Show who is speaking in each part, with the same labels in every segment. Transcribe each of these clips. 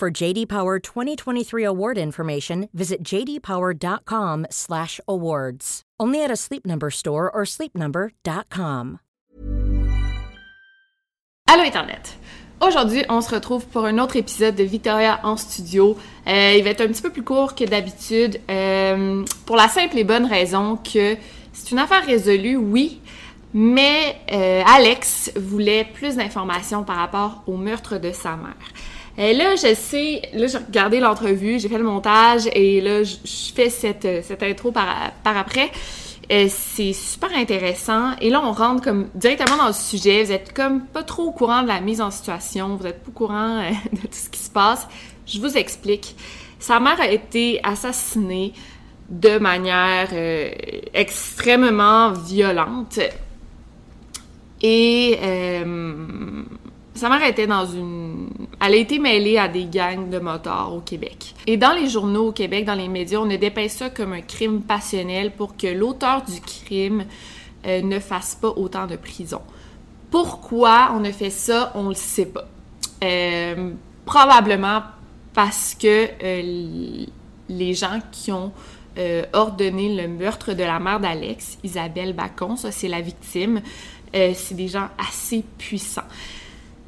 Speaker 1: For JD Power 2023 award information, visit jdpower.com/awards. Only at a Sleep Number store or sleepnumber.com.
Speaker 2: Allô Internet! Aujourd'hui, on se retrouve pour un autre épisode de Victoria en studio. Euh, il va être un petit peu plus court que d'habitude, euh, pour la simple et bonne raison que c'est une affaire résolue, oui, mais euh, Alex voulait plus d'informations par rapport au meurtre de sa mère. Et là, je sais, là, j'ai regardé l'entrevue, j'ai fait le montage et là, je je fais cette, euh, cette intro par, par après. Euh, c'est super intéressant. Et là, on rentre comme directement dans le sujet. Vous êtes comme pas trop au courant de la mise en situation. Vous êtes pas au courant euh, de tout ce qui se passe. Je vous explique. Sa mère a été assassinée de manière euh, extrêmement violente. Et euh, sa mère était dans une... Elle a été mêlée à des gangs de motards au Québec. Et dans les journaux au Québec, dans les médias, on a dépeint ça comme un crime passionnel pour que l'auteur du crime euh, ne fasse pas autant de prison. Pourquoi on a fait ça, on le sait pas. Euh, probablement parce que euh, les gens qui ont euh, ordonné le meurtre de la mère d'Alex, Isabelle Bacon, ça c'est la victime, euh, c'est des gens assez puissants.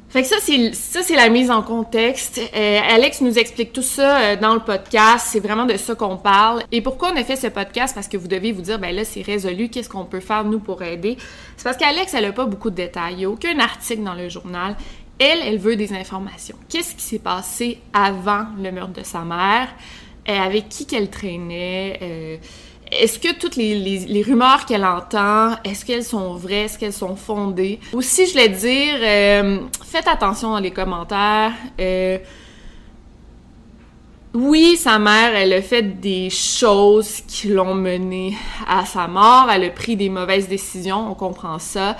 Speaker 2: Fait que ça, c'est ça, c'est la mise en contexte. Euh, Alex nous explique tout ça euh, dans le podcast. C'est vraiment de ça qu'on parle. Et pourquoi on a fait ce podcast Parce que vous devez vous dire, ben là, c'est résolu. Qu'est-ce qu'on peut faire nous pour aider C'est parce qu'Alex, elle a pas beaucoup de détails. Il n'y a aucun article dans le journal. Elle, elle veut des informations. Qu'est-ce qui s'est passé avant le meurtre de sa mère Euh, Avec qui qu'elle traînait Euh, est-ce que toutes les, les- les rumeurs qu'elle entend, est-ce qu'elles sont vraies, est-ce qu'elles sont fondées? Aussi, je voulais dire, euh, faites attention dans les commentaires. Euh, oui, sa mère, elle a fait des choses qui l'ont menée à sa mort. Elle a pris des mauvaises décisions, on comprend ça.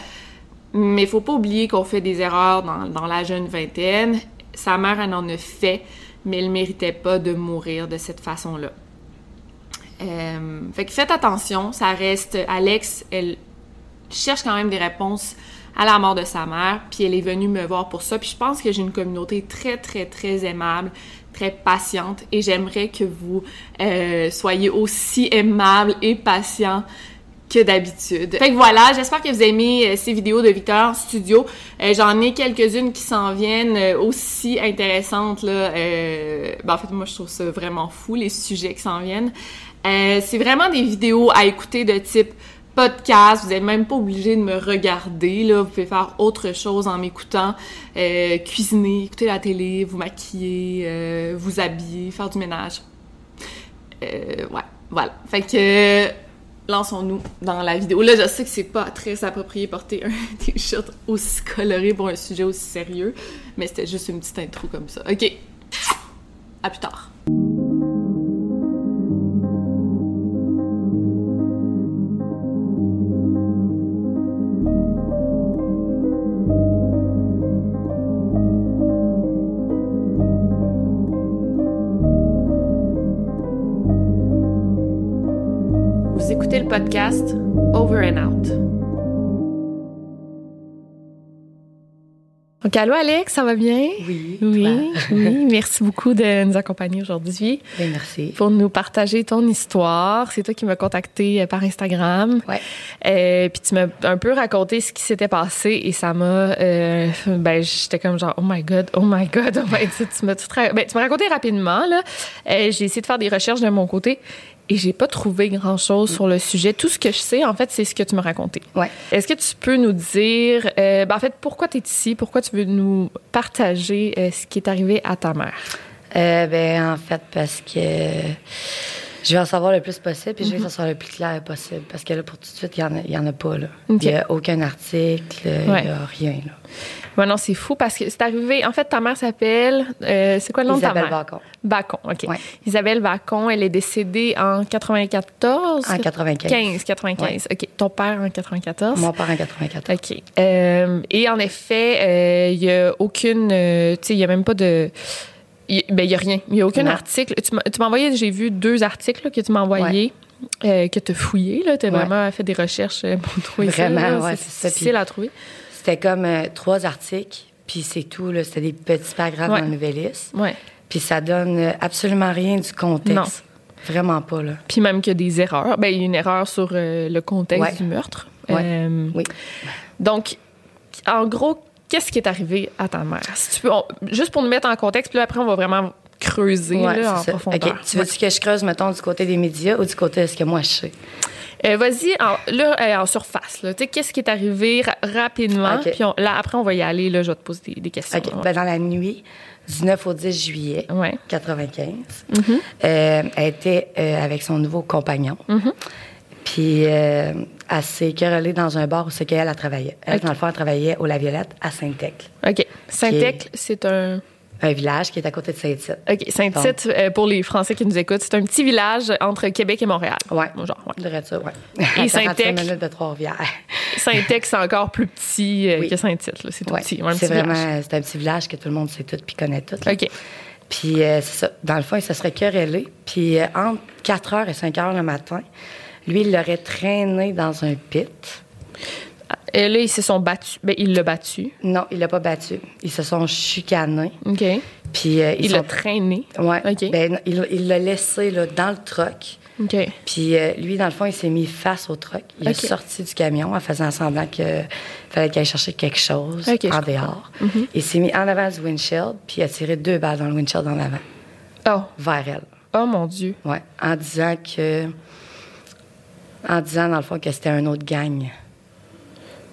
Speaker 2: Mais faut pas oublier qu'on fait des erreurs dans, dans la jeune vingtaine. Sa mère, elle en a fait, mais elle méritait pas de mourir de cette façon-là. Euh, fait que faites attention, ça reste. Alex, elle cherche quand même des réponses à la mort de sa mère, puis elle est venue me voir pour ça. Puis je pense que j'ai une communauté très, très, très aimable, très patiente, et j'aimerais que vous euh, soyez aussi aimable et patient que d'habitude. Fait que voilà, j'espère que vous aimez euh, ces vidéos de Victor en studio. Euh, J'en ai quelques-unes qui s'en viennent euh, aussi intéressantes là. euh, ben, en fait, moi je trouve ça vraiment fou les sujets qui s'en viennent. Euh, C'est vraiment des vidéos à écouter de type podcast. Vous n'êtes même pas obligé de me regarder là. Vous pouvez faire autre chose en m'écoutant, Euh, cuisiner, écouter la télé, vous maquiller, euh, vous habiller, faire du ménage. Euh, ouais, voilà. Fait que euh, lançons-nous dans la vidéo. Là, je sais que c'est pas très approprié porter un t-shirt aussi coloré pour un sujet aussi sérieux, mais c'était juste une petite intro comme ça. OK. À plus tard. Vous écoutez le podcast Over and Out.
Speaker 3: Donc, allô Alex, ça va bien?
Speaker 4: Oui.
Speaker 3: Oui, oui, merci beaucoup de nous accompagner aujourd'hui
Speaker 4: toi? Ben, merci.
Speaker 3: pour nous partager ton histoire. C'est toi qui m'as contacté euh, par Instagram.
Speaker 4: Ouais.
Speaker 3: Euh, puis tu m'as un peu raconté ce qui s'était passé et ça m'a... euh, ben, j'étais comme genre, oh my God, oh my God, oh my God. Tu m'as tout ra- ben, tu m'as raconté rapidement, là. Euh, j'ai essayé de faire des recherches de mon côté et j'ai pas trouvé grand-chose sur le sujet. Tout ce que je sais, en fait, c'est ce que tu m'as raconté.
Speaker 4: Ouais.
Speaker 3: Est-ce que tu peux nous dire, euh, ben, en fait, pourquoi tu es ici? Pourquoi tu veux nous partager euh, ce qui est arrivé à ta mère?
Speaker 4: Euh, ben, en fait, parce que Je vais en savoir le plus possible, puis je veux
Speaker 2: Mhm.
Speaker 4: que ça soit le plus clair possible. Parce que là, pour tout de suite, il n'y en, a pas. là. Il
Speaker 2: OK.
Speaker 4: n'y a aucun article, il
Speaker 2: Ouais.
Speaker 4: n'y a rien. Là.
Speaker 2: Ouais, non, c'est fou parce que c'est arrivé. En fait, ta mère s'appelle. euh, c'est quoi le nom de
Speaker 4: Isabelle
Speaker 2: ta mère?
Speaker 4: Bacon,
Speaker 2: Bacon. OK.
Speaker 4: Ouais.
Speaker 2: Isabelle Bacon, elle est décédée en 94.
Speaker 4: en 95.
Speaker 2: 15, 95. OK. Ton père en 94.
Speaker 4: Mon père en 94.
Speaker 2: OK. Euh, et en effet, euh, il y a aucune. euh, tu sais, il n'y a même pas de. Il y- ben, il n'y a rien. Il n'y a aucun
Speaker 4: Non.
Speaker 2: article. Tu m'as tu m'as envoyé, j'ai vu deux articles là, que tu m'as envoyés. euh, que tu as fouillé, là. Tu as
Speaker 4: Ouais.
Speaker 2: vraiment fait des recherches euh, pour trouver ça. là.
Speaker 4: Vraiment, ouais,
Speaker 2: C'est
Speaker 4: c'est ça, puis-
Speaker 2: difficile à trouver.
Speaker 4: C'était comme euh, trois articles, puis c'est tout. là. C'était des petits paragraphes
Speaker 2: Ouais.
Speaker 4: dans le Nouvelliste.
Speaker 2: Ouais.
Speaker 4: Puis ça donne euh, absolument rien du contexte. Vraiment pas, là.
Speaker 2: Puis même qu'il y a des erreurs. Ben, il y a une erreur sur euh, le contexte
Speaker 4: Ouais.
Speaker 2: du meurtre.
Speaker 4: Ouais.
Speaker 2: Euh,
Speaker 4: Oui.
Speaker 2: Donc, en gros, qu'est-ce qui est arrivé à ta mère? Si tu peux, on- juste pour nous mettre en contexte, puis là, après, on va vraiment creuser
Speaker 4: Ouais,
Speaker 2: là, en
Speaker 4: c'est ça.
Speaker 2: profondeur.
Speaker 4: OK. Tu veux-tu que je creuse, mettons, du côté des médias ou du côté de ce que moi je sais?
Speaker 2: Euh, Vas-y, en, là, euh, en surface. là. Tu sais, qu'est-ce qui est arrivé ra- rapidement?
Speaker 4: OK.
Speaker 2: Puis on- là, après, on va y aller. Là, je vais te poser des, des questions.
Speaker 4: OK.
Speaker 2: Ouais.
Speaker 4: Ben, dans la nuit du 9 au 10 juillet
Speaker 2: Ouais. Mm-hmm.
Speaker 4: 95, euh, elle était euh, avec son nouveau compagnon.
Speaker 2: Mm-hmm.
Speaker 4: Puis euh, elle s'est querellée dans un bar où c'est qu'elle elle travaillait. Elle,
Speaker 2: OK.
Speaker 4: dans le fond, elle travaillait au La Violette à Saint-Ecle,
Speaker 2: OK. Saint-Ecle, c'est un...
Speaker 4: un village qui est à côté de Saint-Tite.
Speaker 2: OK, Saint-Tite, euh, pour les Français qui nous écoutent, c'est un petit village entre Québec et Montréal.
Speaker 4: Ouais.
Speaker 2: Bon, Genre, ouais.
Speaker 4: Je dirais ça, ouais.
Speaker 2: Et
Speaker 4: À 45
Speaker 2: Saint-Ecle.
Speaker 4: minutes de Trois-Rivières.
Speaker 2: Saint-Ex, c'est encore plus petit euh,
Speaker 4: Oui.
Speaker 2: que Saint-Tite. là. C'est tout
Speaker 4: Ouais.
Speaker 2: petit. Ouais, un
Speaker 4: c'est
Speaker 2: petit
Speaker 4: vraiment
Speaker 2: village.
Speaker 4: c'est un petit village que tout le monde sait tout puis connaît tout. là.
Speaker 2: OK.
Speaker 4: Puis euh, c'est ça. Dans le fond, il se serait querellé. Puis euh, entre 4 h et 5 h le matin, lui, il l'aurait traîné dans un pit.
Speaker 2: Et Euh, là, ils se sont battus. Ben, il l'a battu.
Speaker 4: Non, il l'a pas battu. Ils se sont chicanés.
Speaker 2: OK.
Speaker 4: Puis euh, ils
Speaker 2: Il l'a
Speaker 4: sont-
Speaker 2: traîné.
Speaker 4: Ouais.
Speaker 2: OK.
Speaker 4: Ben, il il l'a laissé là, dans le truck.
Speaker 2: OK.
Speaker 4: Puis euh, lui, dans le fond, il s'est mis face au truck. Il
Speaker 2: OK.
Speaker 4: est sorti du camion en faisant semblant qu'il fallait qu'il aille chercher quelque chose
Speaker 2: OK, je
Speaker 4: en
Speaker 2: comprends. Mhm.
Speaker 4: dehors. Il s'est mis en avant du windshield, puis il a tiré deux balles dans le windshield en avant,
Speaker 2: Oh.
Speaker 4: vers elle.
Speaker 2: Oh mon Dieu.
Speaker 4: Ouais, en disant que. En disant, dans le fond, que c'était un autre gang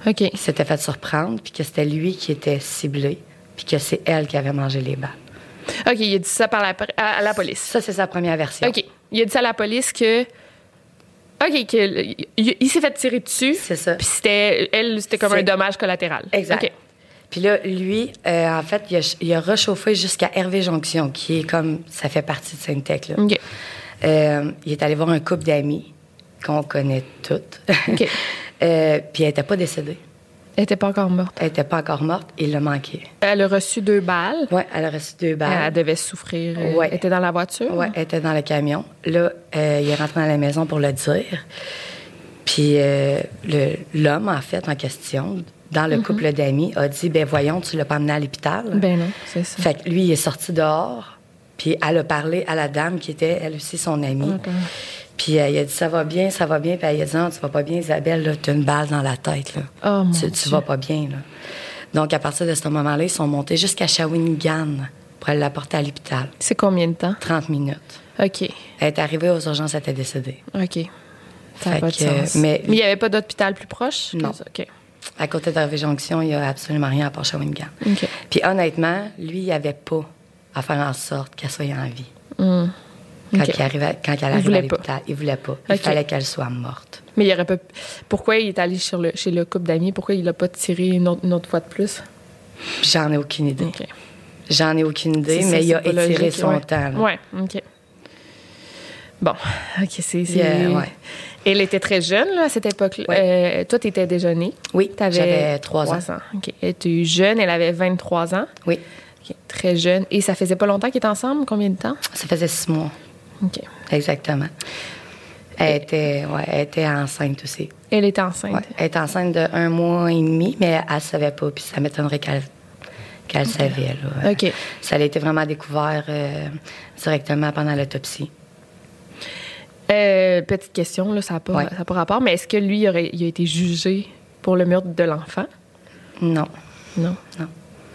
Speaker 2: OK.
Speaker 4: qui s'était fait surprendre, puis que c'était lui qui était ciblé, puis que c'est elle qui avait mangé les balles.
Speaker 2: OK, il a dit ça par la, à, à la police.
Speaker 4: Ça, c'est sa première version.
Speaker 2: OK. Il a dit ça à la police que. OK, que, le- il, il s'est fait tirer dessus.
Speaker 4: C'est ça.
Speaker 2: Puis c'était. Elle, c'était comme
Speaker 4: C'est-
Speaker 2: un dommage collatéral.
Speaker 4: Exact.
Speaker 2: OK.
Speaker 4: Puis là, lui, euh, en fait, il a, ch- il a rechauffé jusqu'à Hervé Jonction, qui est comme. Ça fait partie de Sainte-Tech, là.
Speaker 2: OK.
Speaker 4: Euh, il est allé voir un couple d'amis qu'on connaît toutes.
Speaker 2: OK.
Speaker 4: Euh, puis elle n'était pas décédée.
Speaker 2: Elle était pas encore morte.
Speaker 4: Elle n'était pas encore morte. Il l'a manqué.
Speaker 2: Elle a reçu deux balles.
Speaker 4: Ouais, elle a reçu deux balles.
Speaker 2: Elle devait souffrir. euh,
Speaker 4: Ouais.
Speaker 2: Elle était dans la voiture.
Speaker 4: Ouais, elle était dans le camion. Là, euh, il est rentré dans la maison pour le dire. Puis euh, le- l'homme, en fait, en question, dans le couple d'amis, a dit Ben voyons, tu l'as pas emmené à l'hôpital.
Speaker 2: Mhm. Ben non, c'est ça.
Speaker 4: Fait que lui, il est sorti dehors. Puis elle a parlé à la dame qui était, elle aussi, son amie.
Speaker 2: Attends.
Speaker 4: Puis euh, il a dit Ça va bien, ça va bien. Puis elle a dit Non, tu vas pas bien, Isabelle, là, t'as une balle dans la tête. Là.
Speaker 2: Oh, mon
Speaker 4: tu, tu
Speaker 2: Dieu.
Speaker 4: vas pas bien. Là. Donc, à partir de ce moment-là, ils sont montés jusqu'à Shawinigan pour aller la porter à l'hôpital.
Speaker 2: C'est combien de temps?
Speaker 4: 30 minutes.
Speaker 2: OK.
Speaker 4: Elle est arrivée aux urgences, elle était décédée.
Speaker 2: OK. Ça n'a
Speaker 4: Fait
Speaker 2: pas de
Speaker 4: que, euh,
Speaker 2: sens.
Speaker 4: mais-
Speaker 2: il n'y avait pas d'hôpital plus proche? que
Speaker 4: Non.
Speaker 2: ça? OK.
Speaker 4: À côté d'Hervé Jonction, il n'y a absolument rien à part Shawinigan.
Speaker 2: OK.
Speaker 4: Puis honnêtement, lui, il n'avait pas à faire en sorte qu'elle soit en vie. Quand,
Speaker 2: Hmm. OK.
Speaker 4: il arrivait, quand elle arrive
Speaker 2: voulait
Speaker 4: à l'hôpital, il voulait pas. Il
Speaker 2: OK.
Speaker 4: fallait qu'elle soit morte.
Speaker 2: Mais il aurait pas... Pourquoi il est allé chez le, chez le couple d'amis? Pourquoi il n'a pas tiré une autre, une autre fois de plus?
Speaker 4: J'en ai aucune idée.
Speaker 2: OK.
Speaker 4: J'en ai aucune idée,
Speaker 2: C'est ça,
Speaker 4: mais il
Speaker 2: c'est
Speaker 4: a
Speaker 2: pas
Speaker 4: étiré
Speaker 2: logique,
Speaker 4: son
Speaker 2: ouais.
Speaker 4: temps. là.
Speaker 2: Ouais, OK. Bon, OK, c'est... c'est-
Speaker 4: Yeah, ouais.
Speaker 2: Elle était très jeune, là, à cette époque-là. Euh, toi, tu étais déjà née.
Speaker 4: Oui,
Speaker 2: T'avais
Speaker 4: j'avais trois ans.
Speaker 2: OK. Elle était jeune, elle avait 23 ans.
Speaker 4: Oui,
Speaker 2: OK, Très jeune. Et ça faisait pas longtemps qu'ils étaient ensemble? Combien de temps?
Speaker 4: ça faisait six mois,
Speaker 2: OK.
Speaker 4: exactement. Elle était, ouais, elle était enceinte aussi.
Speaker 2: Elle était enceinte.
Speaker 4: Ouais, Elle était enceinte de un mois et demi, mais elle ne savait pas. Puis ça m'étonnerait qu'elle qu'elle savait. Là.
Speaker 2: OK.
Speaker 4: Ça a été vraiment découvert euh, directement pendant l'autopsie.
Speaker 2: Euh, petite question, là, ça n'a pas,
Speaker 4: Ouais.
Speaker 2: ça a pas rapport, mais est-ce que lui, il, aurait- il a été jugé pour le meurtre de l'enfant?
Speaker 4: Non.
Speaker 2: Non.
Speaker 4: Non.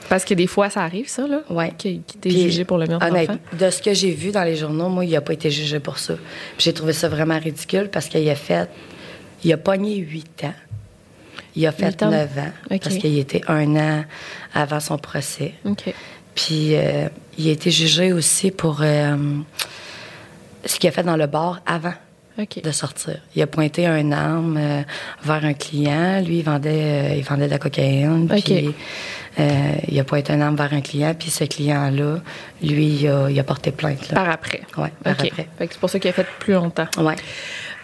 Speaker 2: Parce que des fois, ça arrive, ça, là?
Speaker 4: Ouais.
Speaker 2: Qu'il qu'il était
Speaker 4: Puis,
Speaker 2: jugé pour le meurtre de
Speaker 4: honnête,
Speaker 2: l'enfant?
Speaker 4: De ce que j'ai vu dans les journaux, moi, il n'a pas été jugé pour ça. Puis J'ai trouvé ça vraiment ridicule parce qu'il a fait. Il a pogné 8 ans. Il a fait
Speaker 2: Huit ans.
Speaker 4: 9 ans
Speaker 2: OK.
Speaker 4: parce qu'il était un an avant son procès.
Speaker 2: OK.
Speaker 4: Puis euh, il a été jugé aussi pour euh, ce qu'il a fait dans le bar avant
Speaker 2: OK.
Speaker 4: de sortir. Il a pointé un arme euh, vers un client. Lui, il vendait, euh, il vendait de la cocaïne.
Speaker 2: OK.
Speaker 4: Puis, euh, il a pointé un arme vers un client. Puis ce client-là, lui, il a, il a porté plainte. Là.
Speaker 2: Par après.
Speaker 4: Ouais, par
Speaker 2: Ah. OK.
Speaker 4: après.
Speaker 2: Fait que c'est pour ça qu'il a fait plus longtemps.
Speaker 4: Ouais.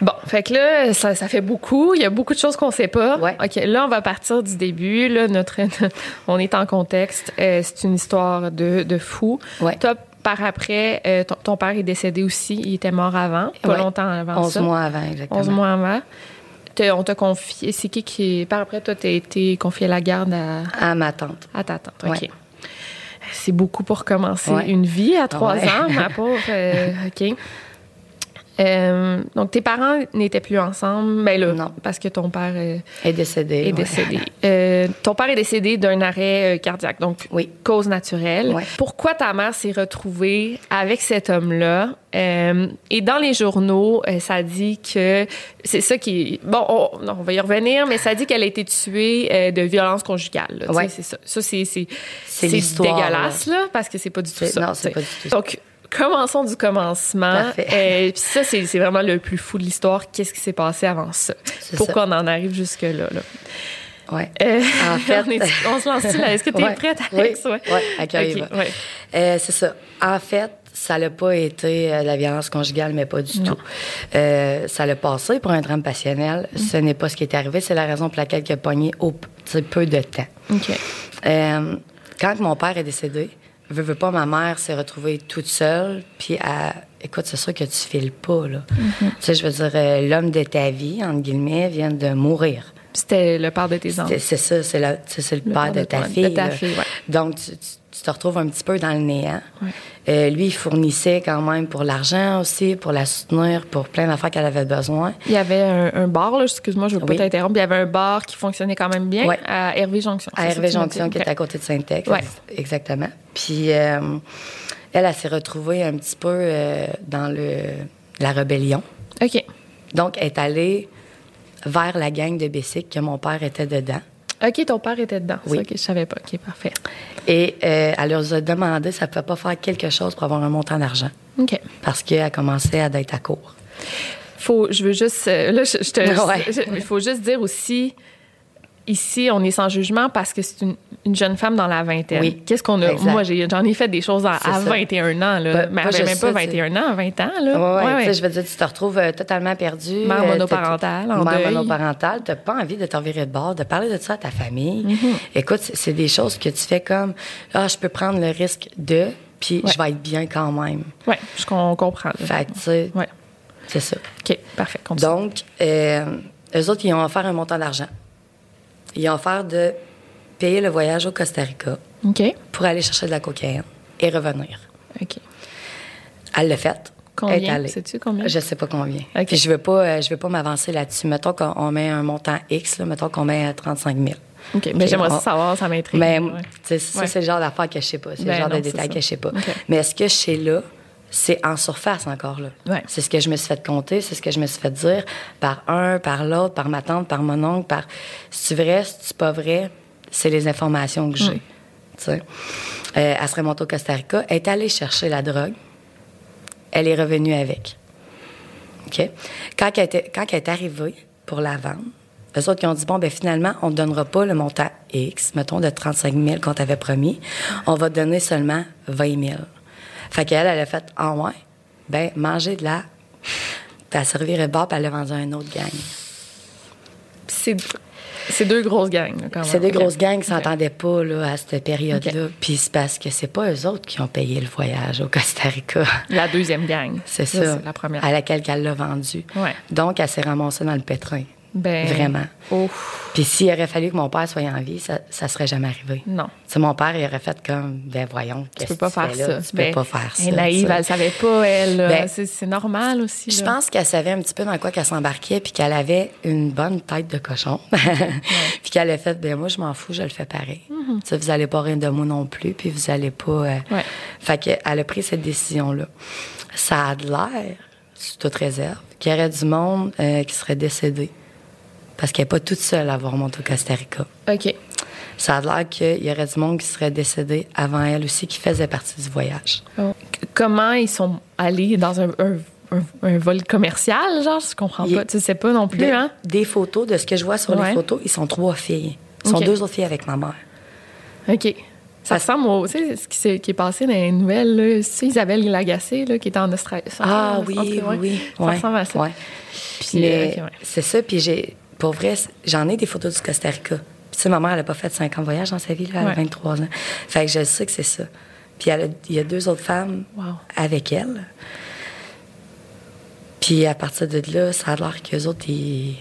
Speaker 2: Bon, fait que là, ça, ça fait beaucoup. Il y a beaucoup de choses qu'on sait pas.
Speaker 4: Ouais.
Speaker 2: OK, là, on va partir du début. Là, notre, on est en contexte. Euh, c'est une histoire de, de fou.
Speaker 4: Ouais.
Speaker 2: Toi, par après, euh, ton, ton père est décédé aussi. Il était mort avant, pas
Speaker 4: Ouais.
Speaker 2: longtemps avant
Speaker 4: 11
Speaker 2: ça.
Speaker 4: mois avant, exactement.
Speaker 2: 11 mois avant. T'as- on t'a confié. C'est qui qui. Par après, toi, t'as été confié la garde à,
Speaker 4: À ma tante.
Speaker 2: à ta tante. OK.
Speaker 4: Ouais.
Speaker 2: C'est beaucoup pour commencer
Speaker 4: Ouais.
Speaker 2: une vie à trois
Speaker 4: Ouais.
Speaker 2: ans, ma pauvre. euh, OK. Euh, donc, tes parents n'étaient plus ensemble, ben là,
Speaker 4: Non.
Speaker 2: parce que ton père euh,
Speaker 4: Elle est décédée.
Speaker 2: est
Speaker 4: ouais.
Speaker 2: décédé. Euh, ton père est décédé d'un arrêt euh, cardiaque, donc
Speaker 4: Oui.
Speaker 2: cause naturelle.
Speaker 4: Ouais.
Speaker 2: Pourquoi ta mère s'est retrouvée avec cet homme-là? Euh, et dans les journaux, euh, ça dit que c'est ça qui. Bon, on, non, on va y revenir, mais ça dit qu'elle a été tuée euh, de violence conjugale. là, tu sais,
Speaker 4: Ouais.
Speaker 2: C'est ça. Ça, c'est c'est c'est
Speaker 4: C'est l'histoire,
Speaker 2: dégueulasse là, parce que c'est pas du tout
Speaker 4: C'est-
Speaker 2: ça.
Speaker 4: non,
Speaker 2: tu
Speaker 4: c'est
Speaker 2: sais.
Speaker 4: pas du tout ça.
Speaker 2: Donc Commençons du commencement.
Speaker 4: Parfait.
Speaker 2: Euh, Puis ça, c'est c'est vraiment le plus fou de l'histoire. Qu'est-ce qui s'est passé avant ça?
Speaker 4: C'est
Speaker 2: Pourquoi on en arrive jusque-là? Là?
Speaker 4: Ouais.
Speaker 2: Euh,
Speaker 4: En fait-
Speaker 2: on, est- on se lance-tu là? Est-ce que tu es
Speaker 4: Ouais.
Speaker 2: prête, Alex?
Speaker 4: Oui. Ouais, accueille-moi.
Speaker 2: Ok, ouais.
Speaker 4: Euh, c'est ça. En fait, ça n'a pas été euh, la violence conjugale, mais pas du tout. Euh, ça l'a passé pour un drame passionnel. Ce n'est pas ce qui est arrivé. C'est la raison pour laquelle il a pogné au, tu sais, peu de temps.
Speaker 2: OK.
Speaker 4: Euh, quand mon père est décédé, veux, veux pas, ma mère s'est retrouvée toute seule, puis à, écoute, c'est sûr que tu files pas, là. Tu sais, je veux dire, euh, l'homme de ta vie, entre guillemets, vient de mourir.
Speaker 2: C'était le père de tes enfants.
Speaker 4: C'est c'est ça, c'est la- tu sais, c'est le, père de ta
Speaker 2: ton- Hein? de
Speaker 4: fille.
Speaker 2: ta
Speaker 4: là.
Speaker 2: fille, ouais.
Speaker 4: Donc, tu, tu- tu te retrouves un petit peu dans le néant.
Speaker 2: Ouais.
Speaker 4: Euh, lui, il fournissait quand même pour l'argent aussi, pour la soutenir, pour plein d'affaires qu'elle avait besoin.
Speaker 2: Il y avait un, un bar, là, excuse-moi, je ne veux
Speaker 4: Oui.
Speaker 2: pas t'interrompre. Il y avait un bar qui fonctionnait quand même bien
Speaker 4: Ouais.
Speaker 2: à Hervé Jonction.
Speaker 4: À Hervé Jonction, qui est à côté de Saint-Ex.
Speaker 2: Ouais.
Speaker 4: Exactement. Puis, euh, elle, elle s'est retrouvée un petit peu euh, dans le, la rébellion.
Speaker 2: OK.
Speaker 4: Donc, elle est allée vers la gang de Bessic que mon père était dedans.
Speaker 2: OK, ton père était dedans.
Speaker 4: Oui.
Speaker 2: Ça, OK, je savais pas. OK, parfait.
Speaker 4: Et euh, elle leur a demandé si elle ne pouvait pas faire quelque chose pour avoir un montant d'argent.
Speaker 2: OK.
Speaker 4: Parce qu'elle commençait à être à court.
Speaker 2: Faut, je veux juste. euh, là, je, je te.
Speaker 4: Ouais.
Speaker 2: je- Il faut juste dire aussi. Ici, on est sans jugement parce que c'est une, une jeune femme dans la vingtaine.
Speaker 4: Oui.
Speaker 2: Qu'est-ce qu'on a.
Speaker 4: Exact.
Speaker 2: Moi, j'ai- j'en ai, fait des choses à,
Speaker 4: C'est
Speaker 2: à
Speaker 4: ça.
Speaker 2: 21 ans, là.
Speaker 4: Ben,
Speaker 2: mais
Speaker 4: moi,
Speaker 2: elle avait
Speaker 4: je
Speaker 2: même
Speaker 4: sais,
Speaker 2: pas
Speaker 4: c'est-
Speaker 2: 21 ans, 20 ans, là.
Speaker 4: Ouais, ouais,
Speaker 2: Ouais,
Speaker 4: tu
Speaker 2: ouais.
Speaker 4: sais, Je veux dire, tu te retrouves euh, totalement perdu.
Speaker 2: Mère
Speaker 4: euh, t'as-
Speaker 2: monoparentale, en
Speaker 4: Mère
Speaker 2: deuil.
Speaker 4: monoparentale, t'as pas envie de t'en virer de bord, de parler de ça à ta famille.
Speaker 2: Mm-hmm.
Speaker 4: Écoute, c'est- c'est des choses que tu fais comme, ah, je peux prendre le risque de, puis je vais être bien quand même.
Speaker 2: Oui, je com- comprends. là.
Speaker 4: Fait que, tu sais,
Speaker 2: Ouais.
Speaker 4: c'est ça.
Speaker 2: OK, parfait. Continue.
Speaker 4: Donc, euh, eux autres, ils ont offert un montant d'argent. Ils ont offert de payer le voyage au Costa Rica
Speaker 2: OK.
Speaker 4: pour aller chercher de la cocaïne et revenir.
Speaker 2: OK.
Speaker 4: Elle l'a faite.
Speaker 2: Combien?
Speaker 4: Elle est allée.
Speaker 2: Sais-tu combien?
Speaker 4: Je sais pas combien.
Speaker 2: Ok.
Speaker 4: Puis je veux pas, euh, je veux pas m'avancer là-dessus. Mettons qu'on on met un montant X, là, mettons qu'on met euh, 35 000.
Speaker 2: OK, mais j'aimerais ça
Speaker 4: on-
Speaker 2: savoir, ça m'intrigue.
Speaker 4: Mais
Speaker 2: Ouais.
Speaker 4: tu sais, ça,
Speaker 2: Ouais.
Speaker 4: c'est le genre d'affaire que je sais pas. C'est
Speaker 2: Ben
Speaker 4: le genre
Speaker 2: non,
Speaker 4: de
Speaker 2: c'est
Speaker 4: détail
Speaker 2: ça.
Speaker 4: que je sais pas.
Speaker 2: Ok.
Speaker 4: Mais ce que je sais là, c'est en surface encore là.
Speaker 2: Ouais.
Speaker 4: C'est ce que je me suis fait compter, c'est ce que je me suis fait dire par un, par l'autre, par ma tante, par mon oncle, par si tu vrai, si tu pas vrai, c'est les informations que j'ai. Tu sais. Euh, elle serait montée au Costa Rica, elle est allée chercher la drogue, elle est revenue avec. OK? Quand elle, était- quand elle est arrivée pour la vendre, eux autres qui ont dit, bon, ben finalement, on ne donnera pas le montant X, mettons, de 35 000 qu'on t'avait promis. On va te donner seulement 20 000. Fait qu'elle, elle a fait, en moins, ben, manger de la... Puis elle servirait de bord, puis elle l'a vendu à un autre gang.
Speaker 2: Ah Puis C'est c'est deux grosses gangs, là, quand même.
Speaker 4: C'est des
Speaker 2: OK.
Speaker 4: grosses gangs qui
Speaker 2: OK.
Speaker 4: s'entendaient pas, là, à cette période-là. Puis c'est parce que c'est pas eux autres qui ont payé le voyage au Costa Rica.
Speaker 2: La deuxième gang.
Speaker 4: C'est
Speaker 2: Là,
Speaker 4: ça.
Speaker 2: C'est la première.
Speaker 4: À laquelle elle l'a vendu.
Speaker 2: Ouais.
Speaker 4: Donc, elle s'est ramassée dans le pétrin.
Speaker 2: Ben,
Speaker 4: Vraiment.
Speaker 2: Ouf.
Speaker 4: Puis s'il aurait fallu que mon père soit en vie, ça, ça serait jamais arrivé.
Speaker 2: Non.
Speaker 4: Tu sais, mon père, il aurait fait comme, ben voyons,
Speaker 2: Tu
Speaker 4: qu'est-ce
Speaker 2: peux pas
Speaker 4: que tu
Speaker 2: faire
Speaker 4: fais là?
Speaker 2: ça.
Speaker 4: Tu
Speaker 2: Ben,
Speaker 4: peux pas faire ça.
Speaker 2: Elle est naïve,
Speaker 4: tu sais.
Speaker 2: elle savait pas, elle. là.
Speaker 4: Ben,
Speaker 2: c'est c'est normal aussi.
Speaker 4: Je
Speaker 2: là.
Speaker 4: pense qu'elle savait un petit peu dans quoi qu'elle s'embarquait, puis qu'elle avait une bonne tête de cochon. puis qu'elle a fait, ben moi, je m'en fous, je le fais pareil. Tu sais, vous allez pas rien de moi non plus, puis vous allez pas... euh,
Speaker 2: Mm-hmm. Ouais.
Speaker 4: Fait qu'elle a pris cette décision-là. Ça a de l'air, sous toute réserve, qu'il y aurait du monde euh, qui serait décédé. Parce qu'elle n'est pas toute seule à avoir monté au Costa Rica.
Speaker 2: OK.
Speaker 4: Ça a l'air qu'il y aurait du monde qui serait décédé avant elle aussi, qui faisait partie du voyage.
Speaker 2: Oh. C- Comment ils sont allés dans un, un un, un vol commercial, genre, je comprends
Speaker 4: Il-
Speaker 2: pas. Tu sais pas non plus,
Speaker 4: De-
Speaker 2: hein?
Speaker 4: Des photos, de ce que je vois sur
Speaker 2: Ouais.
Speaker 4: les photos, ils sont trois filles. Ils sont
Speaker 2: Ok.
Speaker 4: deux autres filles avec ma mère.
Speaker 2: OK. Ça
Speaker 4: Parce-
Speaker 2: ressemble au, tu sais, ce qui, s'est- qui est passé dans les nouvelles, là, tu sais, Isabelle Lagacé, là, qui était en Australie.
Speaker 4: Ah,
Speaker 2: en
Speaker 4: oui,
Speaker 2: Australie, ouais.
Speaker 4: oui.
Speaker 2: Ça
Speaker 4: ouais,
Speaker 2: ressemble à ça.
Speaker 4: ouais.
Speaker 2: Puis,
Speaker 4: Mais
Speaker 2: euh, ok, ouais.
Speaker 4: c'est ça, puis j'ai, pour vrai, c- j'en ai des photos du Costa Rica. Puis tu sais, ma mère, elle n'a pas fait 5 ans de voyage dans sa vie, là, elle
Speaker 2: Ouais.
Speaker 4: a 23 ans. Fait que je sais que c'est ça. Puis elle a- il y a deux autres femmes
Speaker 2: Wow.
Speaker 4: avec elle. Puis à partir de là, ça a l'air qu'eux autres, ils,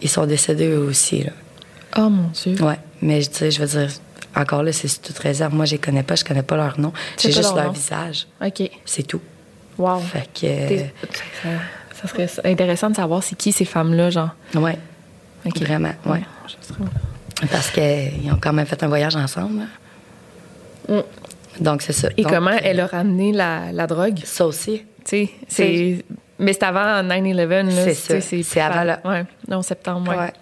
Speaker 4: ils sont décédés eux aussi. Là.
Speaker 2: Oh mon Dieu.
Speaker 4: Ouais, mais tu sais, je veux dire, encore là, c'est sous toute réserve. Moi, je les connais pas, je connais pas leur nom.
Speaker 2: C'est
Speaker 4: J'ai
Speaker 2: pas
Speaker 4: juste
Speaker 2: leur
Speaker 4: leur
Speaker 2: nom.
Speaker 4: visage.
Speaker 2: OK.
Speaker 4: C'est tout.
Speaker 2: Wow.
Speaker 4: Fait
Speaker 2: T'es-
Speaker 4: que.
Speaker 2: ça- Ça serait intéressant de savoir c'est qui ces femmes-là, genre.
Speaker 4: euh, Ouais,
Speaker 2: OK.
Speaker 4: vraiment, ouais.
Speaker 2: Je serais-
Speaker 4: Parce qu'ils ont quand même fait un voyage ensemble. là. Donc, c'est ça.
Speaker 2: Mm. Et
Speaker 4: Donc,
Speaker 2: comment
Speaker 4: euh,
Speaker 2: elle a ramené la, la drogue?
Speaker 4: Ça aussi.
Speaker 2: Tu sais, c'est. Mais c'est avant 9-11, là.
Speaker 4: C'est
Speaker 2: tu sais,
Speaker 4: ça. C'est avant
Speaker 2: là.
Speaker 4: le-
Speaker 2: Ouais, non, septembre, ouais.
Speaker 4: Ouais.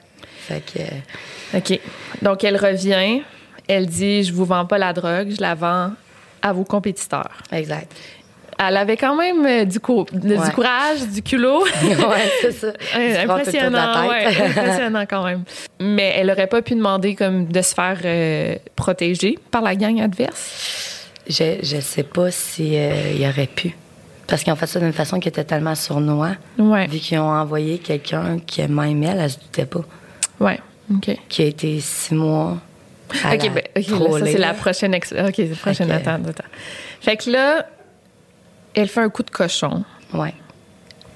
Speaker 4: Fait que. euh,
Speaker 2: OK. Donc, elle revient. Elle dit Je vous vends pas la drogue, je la vends à vos compétiteurs.
Speaker 4: Exact.
Speaker 2: Elle avait quand même euh, du, cou- de- du
Speaker 4: Ouais.
Speaker 2: courage, du culot.
Speaker 4: ouais, c'est ça. Ils se prennent tout le tour de la
Speaker 2: impressionnant, ouais,
Speaker 4: tête.
Speaker 2: impressionnant quand même. Mais elle aurait pas pu demander comme de se faire euh, protéger par la gang adverse.
Speaker 4: Je, je sais pas si euh, il aurait pu. Parce qu'ils ont fait ça d'une façon qui était tellement sournois.
Speaker 2: Ouais.
Speaker 4: Vu qu'ils ont envoyé quelqu'un qui, même elle, elle se doutait pas.
Speaker 2: Ouais. OK.
Speaker 4: Qui a été six mois. à
Speaker 2: OK,
Speaker 4: la
Speaker 2: ben, ok, là, ça,
Speaker 4: troller.
Speaker 2: c'est la prochaine. ex- OK, c'est la prochaine.
Speaker 4: Ok.
Speaker 2: Attends, attends. Fait que là, elle fait un coup de cochon.
Speaker 4: Ouais.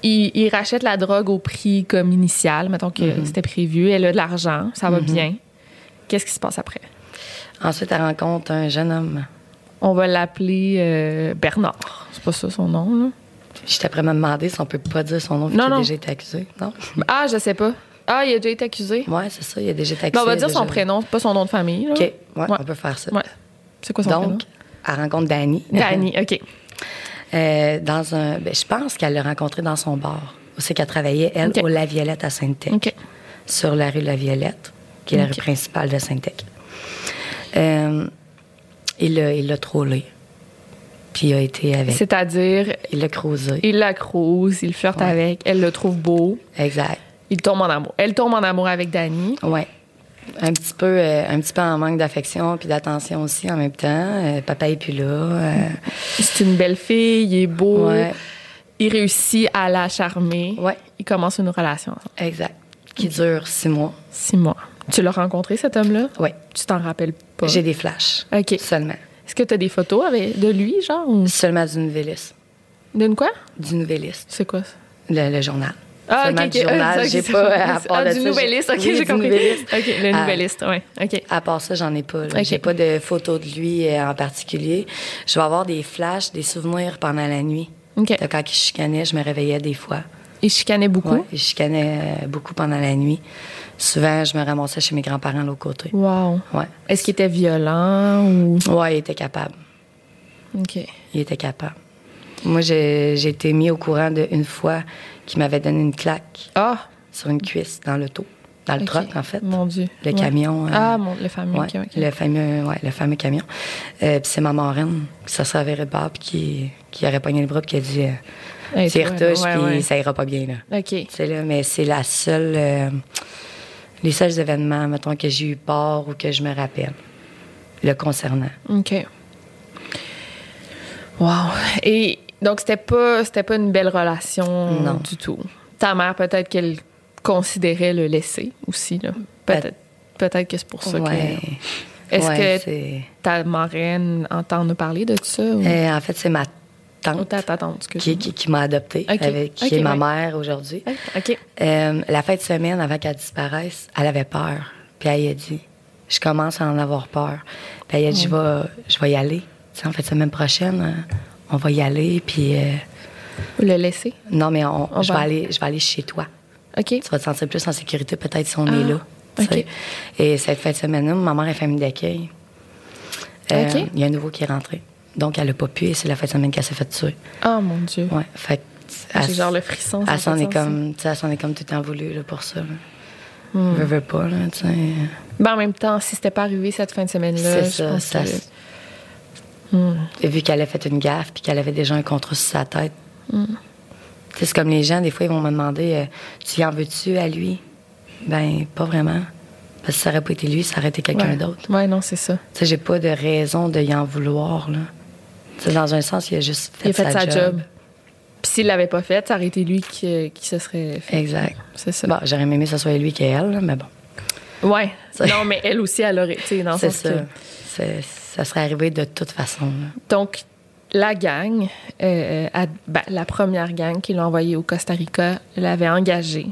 Speaker 2: il, il rachète la drogue au prix comme initial, mettons que
Speaker 4: Mhm.
Speaker 2: c'était prévu. Elle a de l'argent, ça va bien. Qu'est-ce qui se passe après?
Speaker 4: Ensuite, elle rencontre un jeune homme.
Speaker 2: On va l'appeler euh, Bernard. C'est pas ça son nom, là?
Speaker 4: J'étais prêt à me demander si on peut pas dire son nom, vu
Speaker 2: Non,
Speaker 4: qu'il a
Speaker 2: non.
Speaker 4: déjà été accusé. Non?
Speaker 2: Ah, je sais pas. Ah, il a déjà été accusé.
Speaker 4: Ouais, c'est ça, il a déjà été accusé.
Speaker 2: Ben, on va
Speaker 4: il a
Speaker 2: dire son
Speaker 4: déjà-
Speaker 2: prénom, pas son nom de famille. là.
Speaker 4: OK, ouais,
Speaker 2: Ouais.
Speaker 4: on peut faire ça.
Speaker 2: Ouais. C'est quoi son prénom?
Speaker 4: Donc, elle rencontre Danny.
Speaker 2: Dani, OK.
Speaker 4: Euh, dans un, ben, je pense qu'elle l'a rencontré dans son bar. Où c'est qu'elle travaillait, elle,
Speaker 2: OK.
Speaker 4: au La Violette à Sainte-Tech.
Speaker 2: OK.
Speaker 4: Sur la rue La Violette, qui est la
Speaker 2: OK.
Speaker 4: rue principale de Sainte-Tech. Euh, il l'a il l'a trollé. Puis il a été avec.
Speaker 2: C'est-à-dire,
Speaker 4: Il l'a creusé.
Speaker 2: il la crouse, il flirte
Speaker 4: Ouais.
Speaker 2: avec, elle le trouve beau,
Speaker 4: Exact.
Speaker 2: il tombe en amour. Elle tombe en amour avec Dani.
Speaker 4: Ouais. Un petit peu, euh, un petit peu en manque d'affection puis d'attention aussi en même temps. Euh, papa est plus là. euh,
Speaker 2: C'est une belle fille, il est beau.
Speaker 4: Ouais.
Speaker 2: Il réussit à la charmer.
Speaker 4: Ouais.
Speaker 2: Il commence une relation ensemble.
Speaker 4: exact. Qui dure six mois.
Speaker 2: Six mois. Tu l'as rencontré, cet homme-là?
Speaker 4: Ouais.
Speaker 2: Tu t'en rappelles pas?
Speaker 4: J'ai des flashs.
Speaker 2: OK.
Speaker 4: Seulement.
Speaker 2: Est-ce que tu as des photos avec, de lui, genre? Ou...
Speaker 4: Seulement du Nouvelliste.
Speaker 2: D'une quoi?
Speaker 4: Du Nouvelliste.
Speaker 2: C'est quoi ça?
Speaker 4: Le, le journal. Seulement
Speaker 2: Ah, ok,
Speaker 4: du journal.
Speaker 2: ok,
Speaker 4: j'ai
Speaker 2: c'est-
Speaker 4: pas euh, à
Speaker 2: ah,
Speaker 4: part de
Speaker 2: du
Speaker 4: ça, j'ai-
Speaker 2: nouvelliste, ok,
Speaker 4: Oui,
Speaker 2: j'ai
Speaker 4: du
Speaker 2: compris.
Speaker 4: Nouvelliste.
Speaker 2: Ok, le
Speaker 4: Ah.
Speaker 2: nouvelliste, oui, ok.
Speaker 4: À part ça, j'en ai pas. là.
Speaker 2: Ok.
Speaker 4: J'ai pas de photos de lui euh, en particulier. Je vais avoir des flashs, des souvenirs pendant la nuit.
Speaker 2: Ok.
Speaker 4: De quand il chicanait, je me réveillais des fois.
Speaker 2: Il chicanait beaucoup?
Speaker 4: Ouais, il chicanait euh, beaucoup pendant la nuit. Souvent, je me ramassais chez mes grands-parents de l'autre côté.
Speaker 2: Wow.
Speaker 4: Ouais.
Speaker 2: Est-ce qu'il était violent ou...
Speaker 4: Ouais, il était capable.
Speaker 2: Ok.
Speaker 4: Il était capable. Moi, j'ai j'ai été mis au courant d'une fois qu'il m'avait donné une claque
Speaker 2: Ah!
Speaker 4: sur une cuisse dans le taux, dans le
Speaker 2: ok.
Speaker 4: truck, en fait.
Speaker 2: Mon Dieu.
Speaker 4: Le
Speaker 2: Ouais.
Speaker 4: camion. euh,
Speaker 2: Ah, mon, le fameux.
Speaker 4: ouais,
Speaker 2: ok, ok.
Speaker 4: Le, fameux, ouais, le fameux camion. Euh, puis c'est ma marraine qui se serait avérée de bord, puis qui, qui aurait pogné le bras, puis qui a dit
Speaker 2: Hey,
Speaker 4: euh, C'est
Speaker 2: toi,
Speaker 4: retouche,
Speaker 2: ouais,
Speaker 4: puis
Speaker 2: ouais.
Speaker 4: ça ira pas bien. Là.
Speaker 2: OK.
Speaker 4: Tu sais, là, mais c'est la seule. euh, les seuls événements, mettons, que j'ai eu peur ou que je me rappelle, le concernant.
Speaker 2: OK. Wow. Et donc, c'était pas, c'était pas une belle relation euh,
Speaker 4: Non.
Speaker 2: du tout. Ta mère, peut-être qu'elle considérait le laisser aussi, là. Peut-être, peut-être que c'est pour ça
Speaker 4: Ouais.
Speaker 2: que... Est-ce
Speaker 4: Ouais,
Speaker 2: que
Speaker 4: c'est-
Speaker 2: ta marraine entend nous parler de ça? Ou...
Speaker 4: Euh, en fait, c'est ma
Speaker 2: ou
Speaker 4: tante
Speaker 2: ta ta tante,
Speaker 4: qui,
Speaker 2: excuse-moi.
Speaker 4: qui- qui m'a adoptée,
Speaker 2: Ok.
Speaker 4: avec- qui
Speaker 2: Ok,
Speaker 4: est ma
Speaker 2: ouais.
Speaker 4: mère aujourd'hui.
Speaker 2: Ah, OK.
Speaker 4: Euh, la fin de semaine, avant qu'elle disparaisse, elle avait peur. Puis elle a dit, je commence à en avoir peur. Puis elle a dit, je vais, je vais y aller. Tu sais, en fait, semaine prochaine, euh, on va y aller. Puis euh,
Speaker 2: Le laisser?
Speaker 4: non, mais on-
Speaker 2: On
Speaker 4: je,
Speaker 2: va
Speaker 4: vais aller, je vais aller chez toi.
Speaker 2: OK.
Speaker 4: Tu vas te sentir plus en sécurité peut-être si on
Speaker 2: Ah,
Speaker 4: est là. tu sais.
Speaker 2: ok.
Speaker 4: Et cette fin de semaine-là, ma mère est famille d'accueil. Euh,
Speaker 2: Ok.
Speaker 4: Il y a un nouveau qui est rentré. Donc, elle n'a pas pu et c'est la fin de semaine qu'elle s'est fait tuer.
Speaker 2: Ah, mon Dieu.
Speaker 4: Ouais, fait que, elle
Speaker 2: J'ai
Speaker 4: s-
Speaker 2: genre le frisson. ça Hmm.
Speaker 4: Elle s'en
Speaker 2: fait
Speaker 4: est
Speaker 2: sens.
Speaker 4: comme, tu sais, elle s'en est comme tout le temps voulu là, pour ça. Là. Veux, veux pas, là, tu sais.
Speaker 2: Ben, en même temps, si c'était pas arrivé cette fin de semaine-là,
Speaker 4: C'est
Speaker 2: je
Speaker 4: ça,
Speaker 2: pense
Speaker 4: ça
Speaker 2: que...
Speaker 4: s- Hmm.
Speaker 2: Hmm.
Speaker 4: Et Vu qu'elle a fait une gaffe puis qu'elle avait déjà un contrat sur sa tête, C'est comme les gens, des fois, ils vont me demander euh, Tu y en veux-tu à lui Ben, pas vraiment. Parce que ça aurait pas été lui, ça aurait été quelqu'un
Speaker 2: Ouais.
Speaker 4: d'autre.
Speaker 2: Ouais, non, c'est ça.
Speaker 4: Tu sais, j'ai pas de raison de y en vouloir, là. Tu sais, dans un sens, il a juste
Speaker 2: Il
Speaker 4: fait,
Speaker 2: a fait sa job. Puis s'il l'avait pas fait, ça aurait été lui qui, qui se serait fait.
Speaker 4: Exact.
Speaker 2: C'est ça.
Speaker 4: Bon, j'aurais aimé que ce soit lui qu'elle, là, mais bon.
Speaker 2: Bah, Ouais.
Speaker 4: Ça-
Speaker 2: Non, mais elle aussi, elle aurait. Tu sais, dans le
Speaker 4: C'est
Speaker 2: sens
Speaker 4: ça.
Speaker 2: que-
Speaker 4: C'est- Ça serait arrivé de toute façon. là.
Speaker 2: Donc, la gang, euh, à- ben, la première gang qui l'a envoyée au Costa Rica, l'avait engagée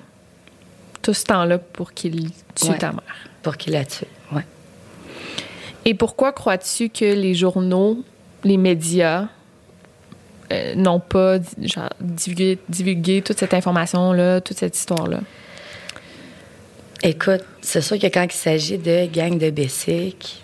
Speaker 2: tout ce temps-là pour qu'il tue
Speaker 4: Ouais.
Speaker 2: ta mère.
Speaker 4: Pour qu'il la tue. Ouais.
Speaker 2: Et pourquoi crois-tu que les journaux, les médias, euh, n'ont pas di- genre, divulgué, divulgué toute cette information-là, toute cette histoire-là?
Speaker 4: Écoute, c'est sûr que quand il s'agit de gang de Bessic,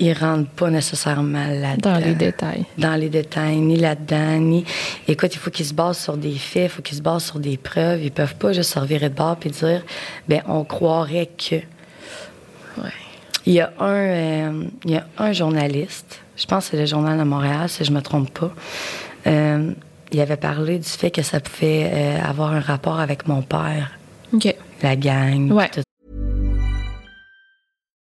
Speaker 4: ils rentrent pas nécessairement là-dedans.
Speaker 2: Dans les détails.
Speaker 4: Dans les détails, ni là-dedans, ni. Écoute, il faut qu'ils se basent sur des faits, il faut qu'ils se basent sur des preuves. Ils peuvent pas juste se revirer de bord puis dire, ben on croirait que.
Speaker 2: Ouais.
Speaker 4: Il y a un, euh, il y a un journaliste, je pense que c'est le Journal de Montréal, si je me trompe pas. Euh, il avait parlé du fait que ça pouvait euh, avoir un rapport avec mon père,
Speaker 2: OK.
Speaker 4: la gang,
Speaker 2: Ouais.
Speaker 4: tout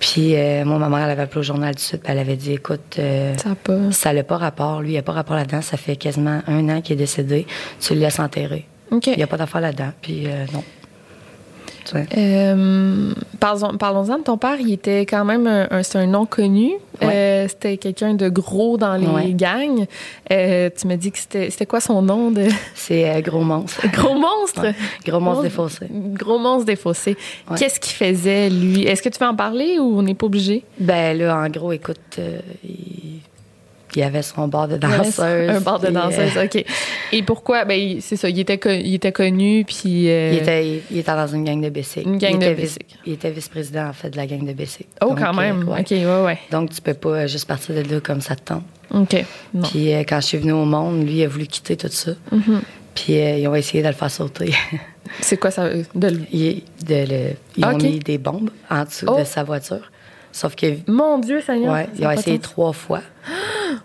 Speaker 4: Puis euh, moi, ma mère, elle avait appelé au Journal du Sud, puis elle avait dit, écoute, euh,
Speaker 2: Ça a pas.
Speaker 4: ça n'a pas rapport, lui, il n'y a pas rapport là-dedans, ça fait quasiment un an qu'il est décédé, tu le laisses enterrer.
Speaker 2: OK.
Speaker 4: Il n'y a pas d'affaire là-dedans, puis euh, non. Tu vois.
Speaker 2: Euh, parlons- Parlons-en de ton père. Il était quand même un, un- c'est un nom connu.
Speaker 4: Ouais.
Speaker 2: Euh, c'était quelqu'un de gros dans les
Speaker 4: Ouais.
Speaker 2: gangs. Euh, tu me dis que c'était c'était quoi son nom de
Speaker 4: C'est euh, gros monstre.
Speaker 2: gros monstre?
Speaker 4: Ouais. Gros monstre défaussé.
Speaker 2: Gros monstre défaussé.
Speaker 4: Ouais.
Speaker 2: Qu'est-ce qu'il faisait, lui? Est-ce que tu veux en parler ou on n'est pas obligé?
Speaker 4: Ben là, en gros, écoute, euh, il... il avait son bar de
Speaker 2: Il y avait
Speaker 4: danseuse.
Speaker 2: Un bar de
Speaker 4: puis, euh,
Speaker 2: danseuse, OK. Et pourquoi? Ben, il- c'est ça, il était, con- il était connu, puis... euh,
Speaker 4: il, était, il, il était dans une gang de Bessic.
Speaker 2: Une gang
Speaker 4: il
Speaker 2: de
Speaker 4: était vice-
Speaker 2: Bessic.
Speaker 4: Il était vice-président, en fait, de la gang de Bessic.
Speaker 2: Oh,
Speaker 4: Donc,
Speaker 2: quand
Speaker 4: euh,
Speaker 2: même.
Speaker 4: ouais.
Speaker 2: OK, ouais, ouais.
Speaker 4: Donc, tu peux pas euh, juste partir de là comme ça te tente.
Speaker 2: OK. Non. Mm-hmm.
Speaker 4: Puis euh, quand je suis venue au monde, lui, il a voulu quitter tout ça. Puis euh, ils ont essayé de le faire sauter.
Speaker 2: C'est quoi ça? euh, De... le-
Speaker 4: ils de le- ils
Speaker 2: Ok.
Speaker 4: ont mis des bombes en dessous
Speaker 2: Oh.
Speaker 4: de sa voiture. Sauf que
Speaker 2: Mon Dieu, Seigneur!
Speaker 4: Ouais,
Speaker 2: ça
Speaker 4: ils
Speaker 2: a
Speaker 4: ont
Speaker 2: pas de
Speaker 4: essayé
Speaker 2: sens.
Speaker 4: trois fois.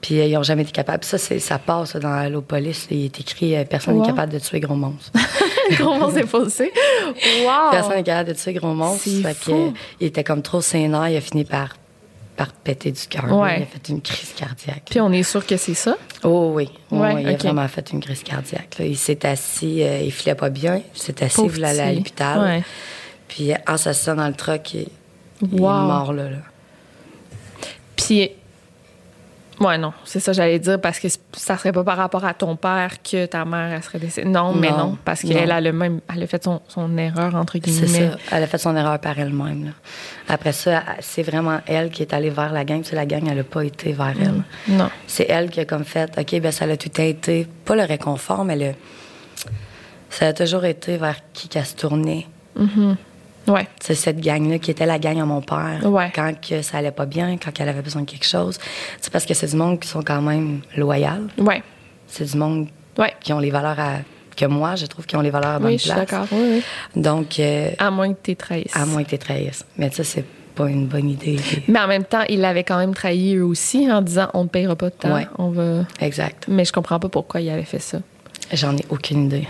Speaker 4: Puis euh, ils n'ont jamais été capables. Ça, c'est, ça passe ça, dans la loi police. Il est écrit euh, personne n'est
Speaker 2: Wow.
Speaker 4: capable de tuer gros monstre.
Speaker 2: Gros monstre défaussé.
Speaker 4: Personne
Speaker 2: Wow!
Speaker 4: n'est capable de tuer gros monstre.
Speaker 2: Oh. C'est
Speaker 4: Fait que,
Speaker 2: fou.
Speaker 4: euh, il était comme trop sénat. Il a fini par, par péter du cœur.
Speaker 2: Ouais.
Speaker 4: Il a fait une crise cardiaque.
Speaker 2: Puis on est sûr que c'est ça.
Speaker 4: Oh oui, oui,
Speaker 2: Ouais,
Speaker 4: oui, il a
Speaker 2: ok.
Speaker 4: vraiment fait une crise cardiaque. là. Il s'est assis, euh, il filait pas bien. Il s'est assis, il
Speaker 2: Pauvre
Speaker 4: voulait aller à
Speaker 2: petit.
Speaker 4: l'hôpital.
Speaker 2: Ouais.
Speaker 4: Puis euh, en s'asseyant dans le truck, il, il est
Speaker 2: Wow.
Speaker 4: mort là. là.
Speaker 2: Puis. Ouais, non, c'est ça que j'allais dire, parce que c- ça serait pas par rapport à ton père que ta mère, elle serait décédée. Non, mais
Speaker 4: Non,
Speaker 2: non, parce
Speaker 4: non.
Speaker 2: qu'elle a le même. Elle a fait son, son erreur, entre
Speaker 4: C'est
Speaker 2: guillemets.
Speaker 4: ça. Elle a fait son erreur par elle-même. là. Après ça, elle- c'est vraiment elle qui est allée vers la gang. C'est la gang, elle n'a pas été vers elle.
Speaker 2: Non.
Speaker 4: C'est elle qui a comme fait, OK, ben ça l'a tout été, pas le réconfort, mais le... Ça a toujours été vers qui qu'elle se tournait.
Speaker 2: Ouais.
Speaker 4: C'est cette gang-là qui était la gang à mon père.
Speaker 2: Ouais.
Speaker 4: Quand que ça allait pas bien, quand elle avait besoin de quelque chose. C'est parce que c'est du monde qui sont quand même loyal.
Speaker 2: Ouais.
Speaker 4: C'est du monde
Speaker 2: Ouais.
Speaker 4: qui ont les valeurs à... que moi, je trouve, qui ont les valeurs à bonne
Speaker 2: Oui, je suis
Speaker 4: place.
Speaker 2: d'accord. Oui, oui.
Speaker 4: Donc, euh,
Speaker 2: À moins que tu trahisses.
Speaker 4: à moins que tu trahisses. Mais ça, c'est pas une bonne idée.
Speaker 2: Mais en même temps, ils l'avaient quand même trahi eux aussi hein, en disant on ne payera pas de temps.
Speaker 4: Ouais.
Speaker 2: On va.
Speaker 4: Exact.
Speaker 2: Mais je comprends pas pourquoi ils avaient fait ça.
Speaker 4: J'en ai aucune idée.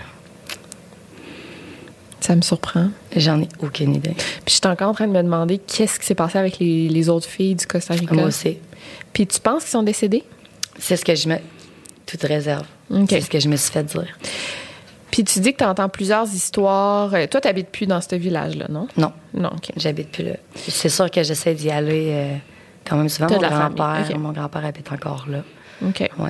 Speaker 2: Ça me surprend.
Speaker 4: J'en ai aucune idée.
Speaker 2: Puis j'étais encore en train de me demander qu'est-ce qui s'est passé avec les, les autres filles du Costa Rica.
Speaker 4: Moi aussi.
Speaker 2: Puis tu penses qu'ils sont décédés?
Speaker 4: C'est ce que je me. Toute réserve.
Speaker 2: Ok.
Speaker 4: C'est ce que je me suis fait dire.
Speaker 2: Puis tu dis que tu entends plusieurs histoires. Euh, Toi, tu n'habites plus dans ce village-là, non?
Speaker 4: Non,
Speaker 2: Non, OK.
Speaker 4: j'habite plus là. C'est sûr que j'essaie d'y aller euh, quand même souvent.
Speaker 2: T'as
Speaker 4: Mon
Speaker 2: de la famille,
Speaker 4: grand-père,
Speaker 2: ok.
Speaker 4: mon grand-père habite encore là.
Speaker 2: OK.
Speaker 4: Ouais.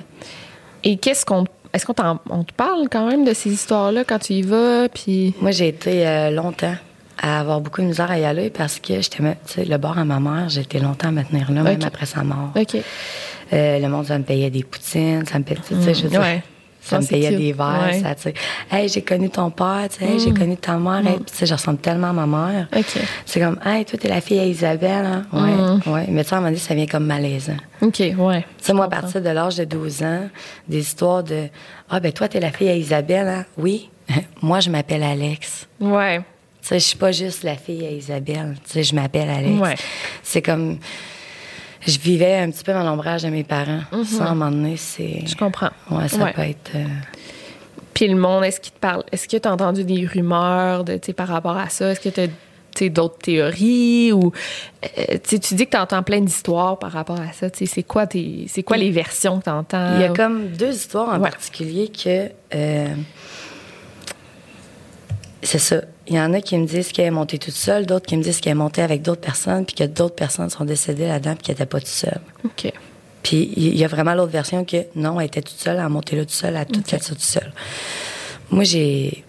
Speaker 2: Et qu'est-ce qu'on Est-ce qu'on t'en- on te parle quand même de ces histoires-là quand tu y vas? Puis.
Speaker 4: Moi, j'ai été euh, longtemps à avoir beaucoup de misère à y aller parce que j'étais, me- tu sais, le bar à ma mère, j'ai été longtemps à me tenir là, même
Speaker 2: Ok.
Speaker 4: après sa mort.
Speaker 2: OK.
Speaker 4: Euh, le monde, ça me payait des poutines, ça me payait, tu sais, je veux dire,
Speaker 2: Mm, ouais.
Speaker 4: Ça
Speaker 2: Non,
Speaker 4: me
Speaker 2: c'est
Speaker 4: payait
Speaker 2: cute.
Speaker 4: des verres,
Speaker 2: Ouais. Mm.
Speaker 4: ça, tu sais. Hey, j'ai connu ton père, tu sais, hey, j'ai connu ta mère, hey, puis tu sais, je ressemble tellement à ma mère.
Speaker 2: Ok. Mm.
Speaker 4: C'est comme, hey, toi, t'es la fille à Isabelle, hein? Ouais, ouais. Mais tu sais, à un moment donné, ça vient comme malaisant.
Speaker 2: OK, ouais.
Speaker 4: Tu sais, moi, à partir de l'âge de 12 ans, des histoires de Ah, ben toi, t'es la fille à Isabelle, hein? Oui. moi, je m'appelle Alex.
Speaker 2: Ouais.
Speaker 4: Tu sais, je suis pas juste la fille à Isabelle. Tu sais, je m'appelle Alex.
Speaker 2: Ouais.
Speaker 4: C'est comme. Je vivais un petit peu dans l'ombrage de mes parents. Ça, à un moment donné, c'est.
Speaker 2: Mm-hmm. Je comprends.
Speaker 4: Ouais, ça
Speaker 2: Ouais.
Speaker 4: peut être. euh,
Speaker 2: Puis le monde, est-ce qu'il te parle? Est-ce que tu as entendu des rumeurs de, tu sais, par rapport à ça? Est-ce que tu as d'autres théories ou euh, tu sais, tu dis que tu entends plein d'histoires par rapport à ça. tu sais, C'est quoi, tes- c'est quoi les versions que tu entends?
Speaker 4: Il y a comme deux histoires en
Speaker 2: Euh, Ouais.
Speaker 4: particulier que. euh, c'est ça. Il y en a qui me disent qu'elle est montée toute seule, d'autres qui me disent qu'elle est montée avec d'autres personnes, puis que d'autres personnes sont décédées là-dedans, puis qu'elle n'était pas toute seule.
Speaker 2: OK.
Speaker 4: Puis il y a vraiment l'autre version que non, elle était toute seule, elle a monté là toute seule, elle a tout fait ça toute seule. Moi, j'ai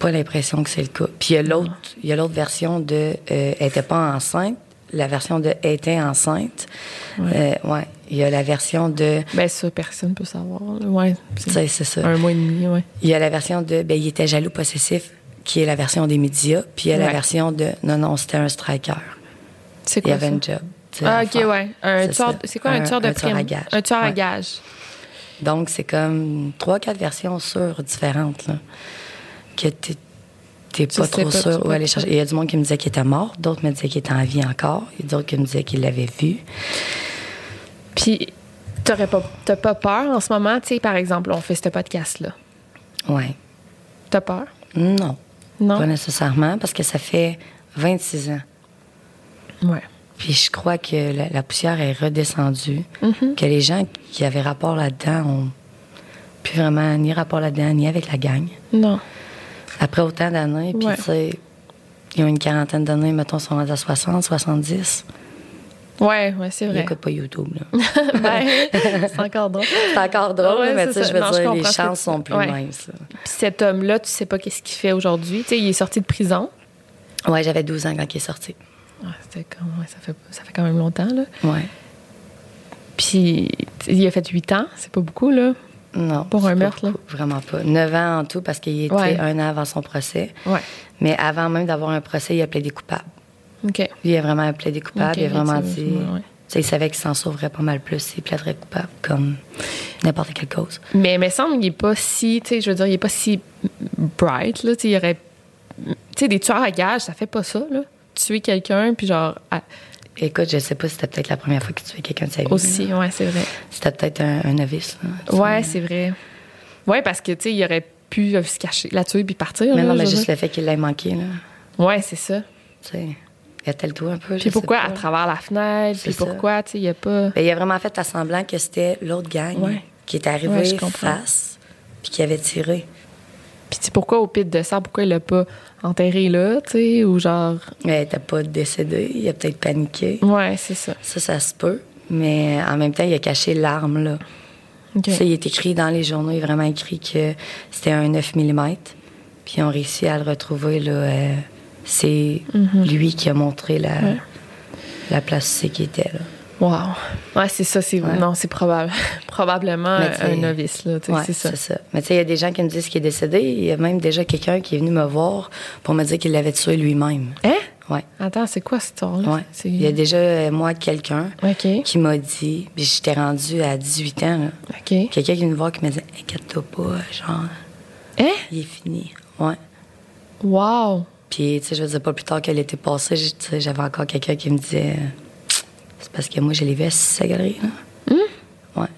Speaker 4: pas l'impression que c'est le cas. Puis il y a l'autre, il y a l'autre version de euh, elle était pas enceinte, la version de elle était enceinte. Euh, ouais. Il y a la version de
Speaker 2: Ben ça, personne peut savoir. là. Ouais.
Speaker 4: tu
Speaker 2: C'est
Speaker 4: sais, c'est ça.
Speaker 2: un mois et demi, ouais.
Speaker 4: Il y a la version de ben, il était jaloux possessif, qui est la version des médias. Puis il y a la
Speaker 2: Ouais.
Speaker 4: version de non, non, c'était un striker.
Speaker 2: C'est
Speaker 4: Il y
Speaker 2: quoi
Speaker 4: avait
Speaker 2: ça?
Speaker 4: un job. tu sais, à
Speaker 2: Ah, OK,
Speaker 4: faire.
Speaker 2: ouais. Un
Speaker 4: C'est ça.
Speaker 2: tueur, c'est quoi un, tueur de prime?
Speaker 4: à gage.
Speaker 2: Un tueur à
Speaker 4: Ouais.
Speaker 2: gage.
Speaker 4: Donc, c'est comme trois, quatre versions sûres différentes, là, que t'es,
Speaker 2: Tu
Speaker 4: t'es pas
Speaker 2: sais
Speaker 4: trop
Speaker 2: pas, tu
Speaker 4: sûr
Speaker 2: peux
Speaker 4: où aller
Speaker 2: pas.
Speaker 4: chercher. Il y a du monde qui me disait qu'il était mort, d'autres me disaient qu'il était en vie encore, et d'autres qui me disaient qu'il l'avait vu.
Speaker 2: Puis, t'aurais pas, t'as pas peur en ce moment? Tu sais, par exemple, on fait ce podcast-là.
Speaker 4: Ouais.
Speaker 2: T'as peur?
Speaker 4: Non.
Speaker 2: Non?
Speaker 4: Pas nécessairement, parce que ça fait 26 ans.
Speaker 2: Ouais.
Speaker 4: Puis je crois que la, la poussière est redescendue,
Speaker 2: Mhm.
Speaker 4: que les gens qui avaient rapport là-dedans ont plus vraiment ni rapport là-dedans, ni avec la gang.
Speaker 2: Non.
Speaker 4: Après autant d'années, puis
Speaker 2: Ouais.
Speaker 4: tu sais, ils ont une quarantaine d'années, mettons, ils sont rendus à 60, 70.
Speaker 2: Ouais, ouais, c'est
Speaker 4: Ils
Speaker 2: vrai.
Speaker 4: n'écoutent pas YouTube, là.
Speaker 2: Ben, c'est encore drôle. Puis
Speaker 4: C'est encore drôle,
Speaker 2: Ouais,
Speaker 4: mais
Speaker 2: c'est
Speaker 4: tu sais,
Speaker 2: ça.
Speaker 4: je veux
Speaker 2: Non, je
Speaker 4: dire, les
Speaker 2: comprends ce que
Speaker 4: chances
Speaker 2: tu-
Speaker 4: sont plus
Speaker 2: ouais.
Speaker 4: minces.
Speaker 2: cet homme-là, tu sais pas qu'est-ce qu'il fait aujourd'hui. Tu sais, il est sorti de prison.
Speaker 4: là. Ouais, j'avais 12 ans quand il est sorti.
Speaker 2: Ouais, c'était comme- ouais, ça, fait, ça fait quand même longtemps, là.
Speaker 4: Ouais.
Speaker 2: Puis, il a fait 8 ans. C'est pas beaucoup, là.
Speaker 4: Non.
Speaker 2: Pour
Speaker 4: c'est
Speaker 2: un
Speaker 4: pas
Speaker 2: meurtre, là.
Speaker 4: beaucoup, Vraiment pas. 9 ans en tout, parce qu'il était
Speaker 2: Ouais.
Speaker 4: un an avant son procès.
Speaker 2: Ouais.
Speaker 4: Mais avant même d'avoir un procès, il a plaidé coupable.
Speaker 2: OK.
Speaker 4: Lui, il a vraiment plaidé coupable.
Speaker 2: Ok,
Speaker 4: il a vraiment
Speaker 2: c'est-
Speaker 4: dit.
Speaker 2: ouais.
Speaker 4: Tu sais, il savait qu'il s'en sauverait pas mal plus s'il plaiderait coupable, comme n'importe quelle cause.
Speaker 2: Mais me semble qu'il est pas si, tu sais, je veux dire, il est pas si bright, là, tu sais, il y aurait... Tu sais, des tueurs à gages, ça fait pas ça, là. Tuer quelqu'un, puis genre... à-
Speaker 4: Écoute, je sais pas si c'était peut-être la première fois que tu tuais quelqu'un de sa vie.
Speaker 2: aussi,
Speaker 4: là.
Speaker 2: ouais, c'est vrai.
Speaker 4: C'était peut-être un, un novice. là. Tu sais.
Speaker 2: Ouais, c'est vrai. Ouais, parce que, tu sais, il aurait pu euh, se cacher, la tuer, puis partir,
Speaker 4: Mais
Speaker 2: là,
Speaker 4: non,
Speaker 2: je
Speaker 4: mais
Speaker 2: veux
Speaker 4: juste
Speaker 2: dire.
Speaker 4: le fait qu'il l'ait manqué, là.
Speaker 2: Ouais, c'est ça.
Speaker 4: Tu sais, il a tel tout un peu. je
Speaker 2: Puis
Speaker 4: sais
Speaker 2: pourquoi
Speaker 4: pas.
Speaker 2: à travers la fenêtre, puis
Speaker 4: C'est ça.
Speaker 2: pourquoi, tu sais, il y a pas...
Speaker 4: Ben, il a vraiment fait à semblant que c'était l'autre gang
Speaker 2: Ouais.
Speaker 4: qui est arrivé
Speaker 2: Ouais, je comprends.
Speaker 4: face puis qui avait tiré.
Speaker 2: Puis tu sais, pourquoi au pit de sang, pourquoi il l'a pas enterré là, tu sais, ou genre...
Speaker 4: Mais il n'était pas décédé, il a peut-être paniqué.
Speaker 2: Ouais, c'est ça.
Speaker 4: Ça, ça se peut. Mais en même temps, il a caché l'arme. Là.
Speaker 2: OK.
Speaker 4: Ça, il est écrit dans les journaux, il est vraiment écrit que c'était un 9 mm. Puis ils ont réussi à le retrouver. Là, euh, c'est
Speaker 2: Mhm.
Speaker 4: lui qui a montré la, la place où c'est qu'il était. Là.
Speaker 2: Wow. Ouais, c'est ça, c'est non, c'est probable probablement
Speaker 4: Mais
Speaker 2: un
Speaker 4: c'est-
Speaker 2: novice là, tu sais,
Speaker 4: Ouais,
Speaker 2: c'est ça.
Speaker 4: Mais tu sais, il y a des gens qui me disent qu'il est décédé. Il y a même déjà quelqu'un qui est venu me voir pour me dire qu'il l'avait tué lui-même.
Speaker 2: Hein
Speaker 4: Ouais.
Speaker 2: Attends, c'est quoi cette histoire là
Speaker 4: Ouais. Il y a déjà, euh, moi, quelqu'un
Speaker 2: OK.
Speaker 4: qui m'a dit, puis j'étais rendue à 18 ans, là.
Speaker 2: OK.
Speaker 4: quelqu'un qui vient me voir qui me dit Inquiète-toi pas, genre,
Speaker 2: Hein
Speaker 4: il est fini. Ouais.
Speaker 2: Wow.
Speaker 4: Puis, tu sais, je veux dire, pas plus tard que l'été passé, j- tu sais, j'avais encore quelqu'un qui me disait C'est parce que moi, je l'ai vu à sa galerie, là.
Speaker 2: Hmm?
Speaker 4: Ouais.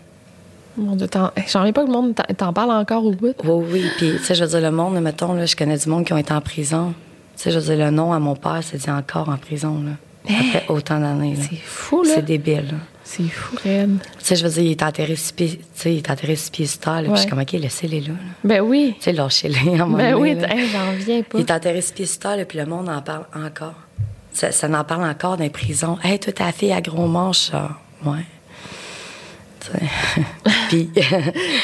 Speaker 2: Mon dieu, t'en- eh, j'en ai pas que le monde t'en- t'en parle encore au bout.
Speaker 4: Oui, oui. Puis, tu sais, je veux dire, le monde, mettons, là, je connais du monde qui ont été en prison. Tu sais, je veux dire, le nom à mon père, c'est dit encore en prison, là. Après autant d'années, là.
Speaker 2: Eh! C'est fou là.
Speaker 4: C'est débile, là.
Speaker 2: C'est fou raide.
Speaker 4: Tu sais, je veux dire, il est enterré six pieds, tu sais, il est enterré six pieds sur terre, là. Puis, je suis
Speaker 2: Ouais.
Speaker 4: comme, OK, laissez-les là, là.
Speaker 2: Ben oui.
Speaker 4: Tu sais, lâchez-les, à un moment
Speaker 2: Ben
Speaker 4: donné,
Speaker 2: oui,
Speaker 4: là.
Speaker 2: t'en- hey, j'en reviens pas.
Speaker 4: Il est enterré six pieds sur terre, là, puis le monde en parle encore. Ça, ça en parle encore dans les prisons. Hey, toi, ta fille à gros manches, ça. Ouais. Tu Puis.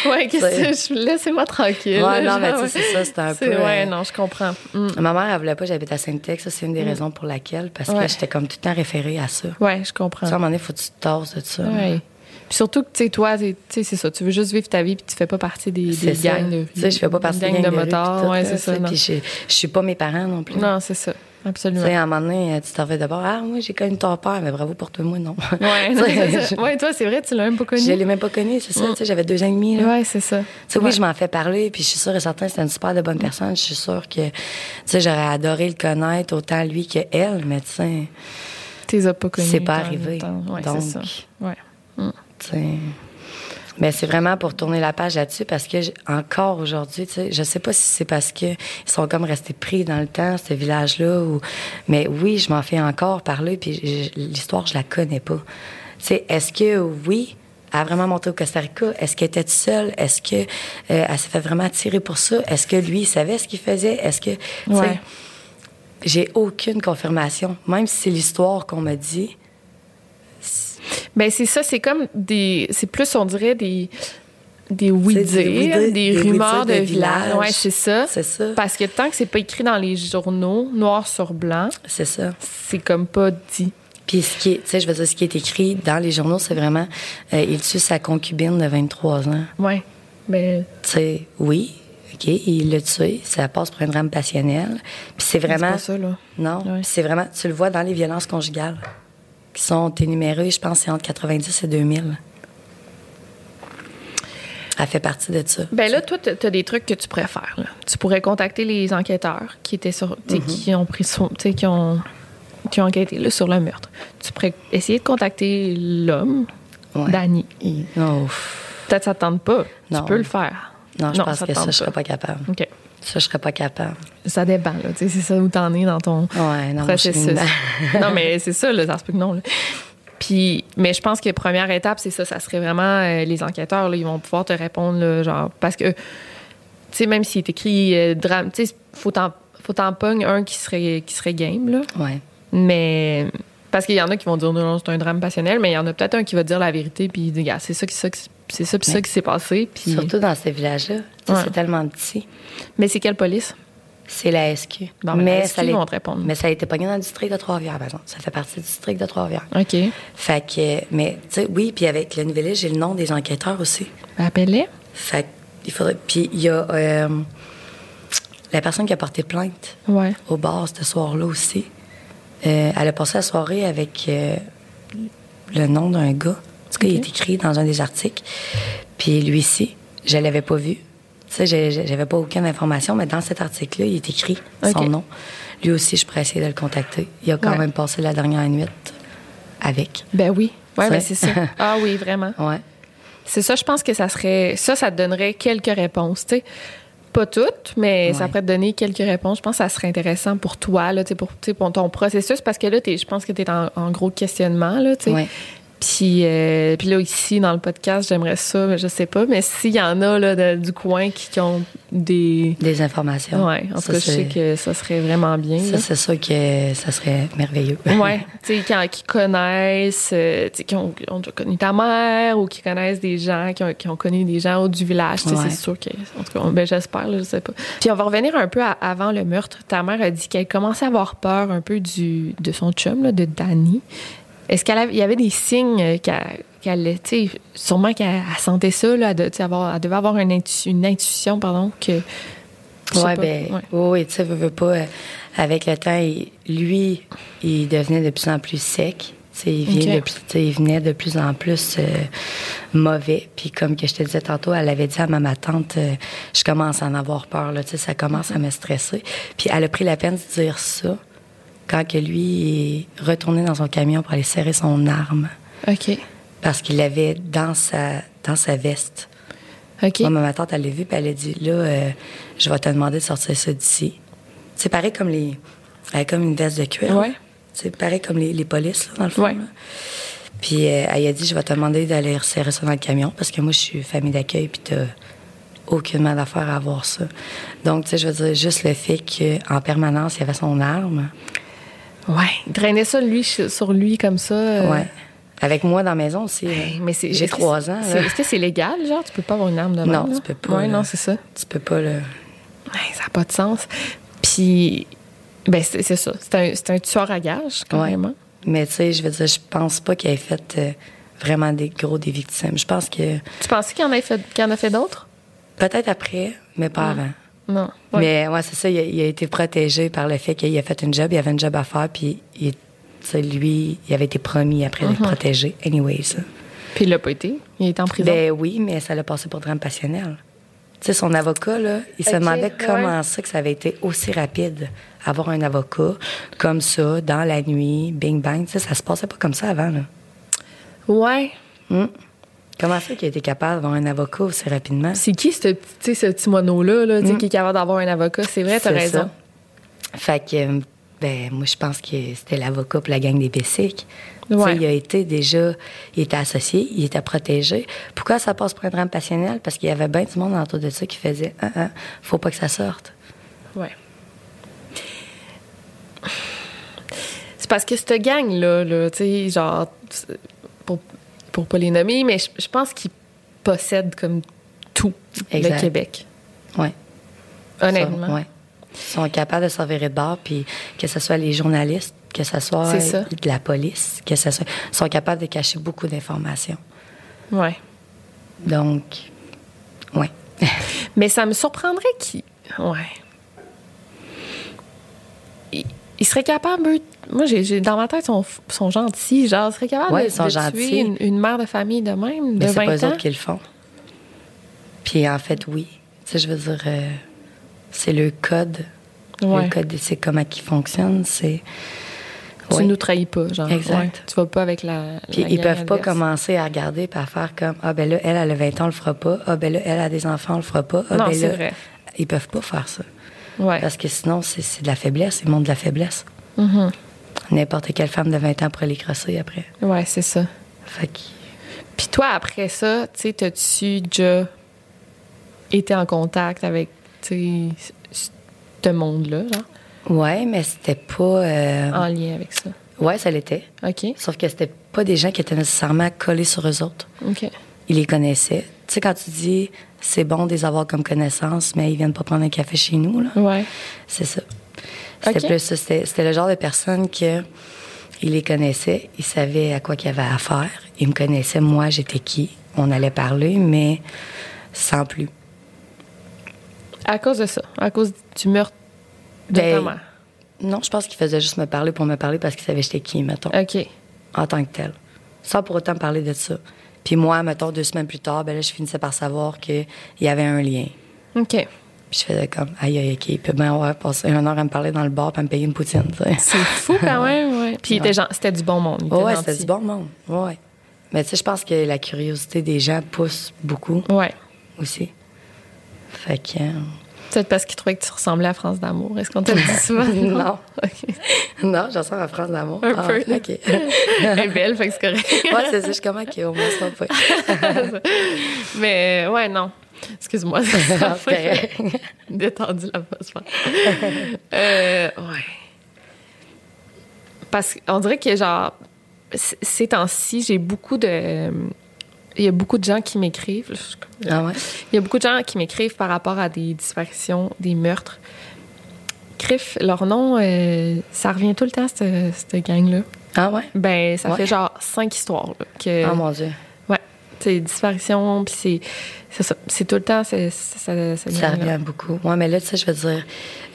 Speaker 2: Ouais, qu'est-ce que je- laissez-moi tranquille.
Speaker 4: Ouais,
Speaker 2: là,
Speaker 4: non, mais
Speaker 2: genre,
Speaker 4: tu sais, c'est ça, c'était un
Speaker 2: c'est-
Speaker 4: peu,
Speaker 2: Ouais,
Speaker 4: euh,
Speaker 2: non, je comprends. Mm.
Speaker 4: Ma mère, elle voulait pas que j'habite à Saint-Tech. Ça, c'est une des raisons pour laquelle, parce que
Speaker 2: Ouais.
Speaker 4: j'étais comme tout le temps référée à ça.
Speaker 2: Ouais, je
Speaker 4: Tu sais, à un
Speaker 2: comprends.
Speaker 4: moment donné, faut que tu te tasses de ça.
Speaker 2: Ouais. Puis surtout que, tu sais, toi, t'es- tu sais, c'est ça, tu veux juste vivre ta vie, puis tu fais pas partie des, des
Speaker 4: C'est ça.
Speaker 2: gangs de.
Speaker 4: Tu sais, je fais pas partie
Speaker 2: des gangs
Speaker 4: gang
Speaker 2: de
Speaker 4: rue, puis
Speaker 2: motards.
Speaker 4: tout,
Speaker 2: Ouais,
Speaker 4: là,
Speaker 2: c'est ça.
Speaker 4: tu sais,
Speaker 2: Non,
Speaker 4: Puis je, je suis pas mes parents non plus.
Speaker 2: Non, c'est ça.
Speaker 4: Tu
Speaker 2: Absolument.
Speaker 4: sais, à un moment donné, tu t'en vas d'abord, ah, moi, j'ai connu ton père, mais bravo pour toi, moi, non.
Speaker 2: Ouais,
Speaker 4: Tu
Speaker 2: non,
Speaker 4: sais,
Speaker 2: c'est ça. Ouais, toi, c'est vrai, tu l'as même pas
Speaker 4: Je, je
Speaker 2: connu.
Speaker 4: l'ai même pas connu, c'est ça, tu sais, j'avais deux ans et demi, là.
Speaker 2: Ouais, c'est ça.
Speaker 4: Tu sais, oui,
Speaker 2: Ouais.
Speaker 4: je m'en fais parler, puis je suis sûre et certain que c'était une super de bonne personne. Je suis sûre que, tu sais, j'aurais adoré le connaître, autant lui que elle, mais tu sais,
Speaker 2: Tu les as pas connus.
Speaker 4: C'est pas
Speaker 2: dans le
Speaker 4: arrivé.
Speaker 2: temps. Ouais,
Speaker 4: Donc.
Speaker 2: c'est ça. Ouais.
Speaker 4: tu sais. Mais Ben, c'est vraiment pour tourner la page là-dessus parce que, j- encore aujourd'hui, tu sais, je sais pas si c'est parce que ils sont comme restés pris dans le temps, ce village-là, ou... mais oui, je m'en fais encore parler, puis j- l'histoire, je la connais pas. Tu sais, est-ce que, oui, elle a vraiment monté au Costa Rica? Est-ce qu'elle était toute seule? Est-ce que euh, elle s'est fait vraiment attirer pour ça? Est-ce que lui, il savait ce qu'il faisait? Est-ce que, tu sais,
Speaker 2: Ouais.
Speaker 4: j'ai aucune confirmation, même si c'est l'histoire qu'on m'a dit.
Speaker 2: Ben c'est ça, c'est comme des, c'est plus on dirait des des oui-dire,
Speaker 4: C'est des
Speaker 2: des,
Speaker 4: oui-dire, des
Speaker 2: rumeurs de
Speaker 4: oui-dire de
Speaker 2: village.
Speaker 4: village.
Speaker 2: Ouais, c'est ça.
Speaker 4: C'est ça.
Speaker 2: Parce que tant que c'est pas écrit dans les journaux, noir sur blanc,
Speaker 4: C'est ça.
Speaker 2: c'est comme pas dit.
Speaker 4: Puis ce qui est, tu sais, je veux dire, ce qui est écrit dans les journaux, c'est vraiment, euh, il tue sa concubine de 23 ans.
Speaker 2: Ouais. Ben
Speaker 4: Tu sais, oui, ok, il l'a tué, ça passe pour un drame passionnel. Puis c'est
Speaker 2: c'est
Speaker 4: vraiment,
Speaker 2: pas ça là.
Speaker 4: non,
Speaker 2: Ouais.
Speaker 4: puis c'est vraiment, tu le vois dans les violences conjugales qui sont énumérées, je pense, c'est entre 90 et 2000. Elle fait partie de ça.
Speaker 2: Ben là, toi, t'as t'as des trucs que tu pourrais faire. là. Tu pourrais contacter les enquêteurs qui étaient sur, tu sais,
Speaker 4: Mm-hmm.
Speaker 2: qui ont pris, son- tu sais, qui ont, qui ont enquêté là, sur le meurtre. Tu pourrais essayer de contacter l'homme,
Speaker 4: Ouais.
Speaker 2: Danny.
Speaker 4: Il- Non, ouf.
Speaker 2: Peut-être ça te tente pas.
Speaker 4: Non.
Speaker 2: Tu peux le faire.
Speaker 4: non, je pense
Speaker 2: ça te
Speaker 4: que ça,
Speaker 2: tente Mm.
Speaker 4: je serais pas capable.
Speaker 2: OK.
Speaker 4: Ça, je serais pas capable.
Speaker 2: Ça dépend, là. Tu sais, c'est ça où t'en es dans ton
Speaker 4: Ouais, non,
Speaker 2: processus.
Speaker 4: je
Speaker 2: non, mais c'est ça, là. Ça se peut que non, là. Puis, mais je pense que première étape, c'est ça. Ça serait vraiment euh, les enquêteurs, là, ils vont pouvoir te répondre, là, genre, parce que, tu sais, même s'il est écrit euh, drame, tu sais, faut t'en faut t'en pognes un qui serait, qui serait game, là.
Speaker 4: Ouais.
Speaker 2: Mais. Parce qu'il y en a qui vont dire non, non, c'est un drame passionnel, mais il y en a peut-être un qui va dire la vérité, puis il dit, Gars, c'est ça, qui- ça qui- c'est ça, puis ça qui s'est passé. Puis...
Speaker 4: Surtout dans ces villages-là. Tu sais,
Speaker 2: Ouais.
Speaker 4: C'est tellement petit.
Speaker 2: Mais c'est quelle police?
Speaker 4: C'est la SQ.
Speaker 2: Bon, ben, la SQ
Speaker 4: l'est-
Speaker 2: vont te répondre.
Speaker 4: Mais ça a été pogné dans le district de Trois-Rivières, par exemple. Ça fait partie du district de Trois-Rivières.
Speaker 2: OK.
Speaker 4: Fait que, mais, tu sais, oui, puis avec le Nouvelle-Île, j'ai le nom des enquêteurs aussi.
Speaker 2: Ben, Appelle-les.
Speaker 4: Fait qu'il faudrait. Puis il y a euh, la personne qui a porté plainte
Speaker 2: Ouais.
Speaker 4: au bar ce soir-là aussi. Euh, elle a passé la soirée avec euh, le nom d'un gars. En tout cas, il
Speaker 2: Ok.
Speaker 4: est écrit dans un des articles. Puis lui-ci, je l'avais pas vu. Tu sais, j'ai- j'ai- j'avais pas aucune information, mais dans cet article-là, il est écrit son
Speaker 2: Ok.
Speaker 4: nom. Lui aussi, je pourrais essayer de le contacter. Il a quand
Speaker 2: Ouais.
Speaker 4: même passé la dernière nuit avec.
Speaker 2: Ben oui. Ouais,
Speaker 4: Tu
Speaker 2: ben
Speaker 4: sais?
Speaker 2: c'est ça. Ah oui, vraiment.
Speaker 4: Ouais.
Speaker 2: C'est ça, je pense que ça serait. Ça, ça te donnerait quelques réponses, tu sais. Pas toutes, mais ça
Speaker 4: Ouais.
Speaker 2: pourrait te donner quelques réponses. Je pense que ça serait intéressant pour toi, là, tu sais, pour, tu sais, pour ton processus, parce que là, t'es- je pense que tu es en, en gros questionnement, là, tu sais.
Speaker 4: Ouais.
Speaker 2: Puis, euh, puis là, ici, dans le podcast, j'aimerais ça, mais je sais pas, mais s'il y en a là, de- du coin qui, qui ont des.
Speaker 4: Des informations.
Speaker 2: Ouais, en tout
Speaker 4: Ah, Ça,
Speaker 2: cas, je sais
Speaker 4: c'est-
Speaker 2: que ça serait vraiment bien. là.
Speaker 4: Ça, c'est sûr que ça serait merveilleux.
Speaker 2: Ouais, tu sais, quand- qui connaissent, euh, tu sais, qui ont, ont déjà connu ta mère ou qui connaissent des gens, qui ont, qui ont connu des gens du village, tu sais,
Speaker 4: Ouais.
Speaker 2: c'est sûr que. En tout cas, on- ben, j'espère, là, je sais pas. Puis on va revenir un peu à- avant le meurtre. Ta mère a dit qu'elle commençait à avoir peur un peu du, de son chum, là, de Danny. Est-ce qu'elle avait- il y avait des signes euh, qu'elle. qu'elle, tu sais, sûrement qu'elle elle sentait ça, là, elle, de- tu sais, avoir, elle devait avoir une, intu- une intuition, pardon, que. je sais
Speaker 4: Ouais,
Speaker 2: pas,
Speaker 4: ben,
Speaker 2: ouais.
Speaker 4: oui, oui, tu sais, veux, veux pas. euh, avec le temps, il- lui, il devenait de plus en plus sec. Tu sais, il, vient
Speaker 2: Ok.
Speaker 4: de plus- tu sais, il venait de plus en plus euh, mauvais. Puis comme que je te disais tantôt, elle avait dit à ma, ma tante, euh, je commence à en avoir peur, là, tu sais, ça commence à me stresser. Puis elle a pris la peine de dire ça quand que lui est retourné dans son camion pour aller serrer son arme
Speaker 2: OK.
Speaker 4: parce qu'il l'avait dans sa, dans sa veste.
Speaker 2: OK.
Speaker 4: Moi, ma tante, elle l'a vu, puis elle a dit Là, euh, je vais te demander de sortir ça d'ici. C'est pareil comme les. Elle a comme une veste de cuir.
Speaker 2: Ouais.
Speaker 4: C'est pareil comme les, les polices, là, dans le fond.
Speaker 2: Ouais.
Speaker 4: là. Puis euh, elle a dit Je vais te demander d'aller serrer ça dans le camion, parce que moi, je suis famille d'accueil, puis t'as aucunement d'affaire à avoir ça. Donc, tu sais, je veux dire, juste le fait qu'en permanence, il y avait son arme.
Speaker 2: Ouais. Il traînait ça, lui, ch- sur lui, comme ça. euh,
Speaker 4: Ouais. Avec moi dans la maison aussi.
Speaker 2: Hey, mais c'est-
Speaker 4: J'ai
Speaker 2: est-ce que
Speaker 4: trois
Speaker 2: c'est-
Speaker 4: ans.
Speaker 2: c'est-
Speaker 4: là.
Speaker 2: Est-ce que c'est légal, genre? Tu peux pas avoir une arme de
Speaker 4: Non,
Speaker 2: même,
Speaker 4: tu
Speaker 2: là?
Speaker 4: peux pas,
Speaker 2: Ouais,
Speaker 4: là.
Speaker 2: non, c'est ça.
Speaker 4: Tu peux pas le.
Speaker 2: Ouais, ça n'a pas de sens. Puis, ben c'est c'est ça. C'est un, c'est un tueur à gages, quand
Speaker 4: Ouais.
Speaker 2: même. hein.
Speaker 4: Mais tu sais, je veux dire, je pense pas qu'il ait fait euh, vraiment des gros des victimes. Je pense que
Speaker 2: Tu pensais qu'il y en, avait fait- qu'il y en a fait d'autres?
Speaker 4: peut-être après, mais pas avant.
Speaker 2: Non. Ouais.
Speaker 4: Mais ouais, c'est ça, il a, il a été protégé par le fait qu'il a fait une job, il avait une job à faire, puis il, tu sais, lui, il avait été promis après
Speaker 2: Uh-huh.
Speaker 4: d'être protégé. Anyway, ça.
Speaker 2: Puis il l'a pas été. Il est en prison.
Speaker 4: Ben oui, mais ça l'a passé pour drame passionnel. Tu sais, son avocat, là, il se
Speaker 2: Ok,
Speaker 4: demandait
Speaker 2: ouais.
Speaker 4: comment ça que ça avait été aussi rapide, avoir un avocat comme ça, dans la nuit, bing bang. Tu sais, ça se passait pas comme ça avant, là.
Speaker 2: Ouais.
Speaker 4: Comment ça qu'il a été capable d'avoir un avocat aussi rapidement?
Speaker 2: C'est qui ce petit, tu sais, ce petit mono-là, là, tu sais, qui est capable d'avoir un avocat? C'est vrai, t'as
Speaker 4: Hmm. C'est
Speaker 2: raison.
Speaker 4: ça. Fait que, euh, ben, moi, je pense que c'était l'avocat pour la gang des Bessiques. Tu
Speaker 2: Ouais.
Speaker 4: sais, Il a été déjà, il était associé, il était protégé. Pourquoi ça passe pour un drame passionnel? Parce qu'il y avait bien du monde autour de ça qui faisait, ah, ah, faut pas que ça sorte.
Speaker 2: Ouais. C'est parce que cette gang-là, là, tu sais, genre, c'est- pour, pour pas les nommer, mais je je pense qu'ils possèdent comme tout le
Speaker 4: Exact.
Speaker 2: Québec.
Speaker 4: Ouais.
Speaker 2: Honnêtement.
Speaker 4: Ça, ouais. Ils sont capables de s'en virer de bord, puis que ce soit les journalistes, que ce soit
Speaker 2: C'est ça.
Speaker 4: euh, de la police, que ce soit. Ils sont capables de cacher beaucoup d'informations.
Speaker 2: Ouais.
Speaker 4: Donc, ouais.
Speaker 2: Mais ça me surprendrait qu'ils. Ouais. Ils, ils seraient capables, eux- Moi, j'ai, j'ai- dans ma tête, ils sont, f- sont gentils. Genre, ils seraient capables
Speaker 4: Ouais,
Speaker 2: de,
Speaker 4: ils sont
Speaker 2: de
Speaker 4: gentils.
Speaker 2: tuer une, une mère de famille de même, de
Speaker 4: Mais c'est
Speaker 2: 20
Speaker 4: pas eux
Speaker 2: ans.
Speaker 4: autres qui le font. Puis en fait, oui. Tu sais, je veux dire, euh, c'est le code.
Speaker 2: Ouais.
Speaker 4: Le code, c'est comment qui fonctionne. C'est.
Speaker 2: Tu
Speaker 4: Ouais.
Speaker 2: nous trahis pas, genre.
Speaker 4: Exact.
Speaker 2: ouais. tu vas pas avec la.
Speaker 4: Puis
Speaker 2: la
Speaker 4: ils
Speaker 2: gang
Speaker 4: peuvent pas
Speaker 2: adverse.
Speaker 4: commencer à regarder puis à faire comme Ah, ben là, elle, elle a 20 ans, on le fera pas. Ah, ben là, elle a des enfants, on le fera pas. Ah,
Speaker 2: Non,
Speaker 4: ben
Speaker 2: c'est
Speaker 4: là.
Speaker 2: vrai.
Speaker 4: Ils peuvent pas faire ça.
Speaker 2: Ouais.
Speaker 4: Parce que sinon, c'est- c'est de la faiblesse. Ils montrent de la faiblesse.
Speaker 2: Mm-hmm.
Speaker 4: N'importe quelle femme de 20 ans pourrait les crosser après.
Speaker 2: Ouais, c'est ça.
Speaker 4: Fait que.
Speaker 2: Puis toi, après ça, tu sais, t'as-tu déjà été en contact avec, tu sais, c- ce monde-là, genre,
Speaker 4: Ouais, mais c'était pas. euh,
Speaker 2: en lien avec ça?
Speaker 4: Ouais, ça l'était.
Speaker 2: OK.
Speaker 4: Sauf que c'était pas des gens qui étaient nécessairement collés sur eux autres.
Speaker 2: OK.
Speaker 4: Ils les connaissaient. Tu sais, quand tu dis c'est bon de les avoir comme connaissances, mais ils viennent pas prendre un café chez nous, là.
Speaker 2: Ouais.
Speaker 4: C'est ça. C'était
Speaker 2: Ok.
Speaker 4: plus ça. C'était c'était le genre de personnes que ils les connaissaient, ils savaient à quoi qu'il y avait à faire. Ils me connaissaient, moi, j'étais qui. On allait parler, mais sans plus.
Speaker 2: À cause de ça, à cause du meurtre de
Speaker 4: Ben,
Speaker 2: ta mère.
Speaker 4: Non, je pense qu'ils faisaient juste me parler pour me parler parce qu'ils savaient j'étais qui, mettons.
Speaker 2: OK.
Speaker 4: en tant que tel, sans pour autant parler de ça. Puis moi, mettons, deux semaines plus tard, ben là, je finissais par savoir qu'il y avait un lien.
Speaker 2: OK.
Speaker 4: Puis je faisais comme, aïe, aïe, OK, ben, il peut bien avoir passé une heure à me parler dans le bar puis à me payer une poutine, tu sais.
Speaker 2: C'est fou quand même, ouais. Puis il était gen- c'était du bon monde. il était
Speaker 4: Ouais,
Speaker 2: gentil.
Speaker 4: c'était du bon monde, ouais. Mais tu sais, je pense que la curiosité des gens pousse beaucoup
Speaker 2: Ouais.
Speaker 4: aussi. Fait que... euh,
Speaker 2: Peut-être parce qu'il trouvait que tu ressemblais à France d'amour. Est-ce qu'on te le dit souvent?
Speaker 4: Non.
Speaker 2: OK.
Speaker 4: Non, je ressemble à France d'amour.
Speaker 2: Un
Speaker 4: Ah,
Speaker 2: peu.
Speaker 4: OK.
Speaker 2: Elle est belle, fait que c'est correct.
Speaker 4: Ouais, c'est ça, je suis comme, OK, au moins, ça va pas.
Speaker 2: Mais ouais, non. Excuse-moi, ça a
Speaker 4: C'est correct.
Speaker 2: détendu la face. Euh, ouais. Parce qu'on dirait que, genre, c- ces temps-ci, j'ai beaucoup de. Il y a beaucoup de gens qui m'écrivent. là, je-
Speaker 4: Ah ouais?
Speaker 2: Il y a beaucoup de gens qui m'écrivent par rapport à des disparitions, des meurtres. Criff, leur nom, euh, ça revient tout le temps, cette, cette gang-là.
Speaker 4: Ah ouais?
Speaker 2: Ben, ça
Speaker 4: Ouais.
Speaker 2: fait genre cinq histoires. là, que,
Speaker 4: Ah, mon Dieu.
Speaker 2: Ouais. C'est disparition, puis c'est. C'est ça. C'est tout le temps. C'est, c'est- ça, ça,
Speaker 4: Ça revient à beaucoup. Moi, mais là, tu sais, je veux dire,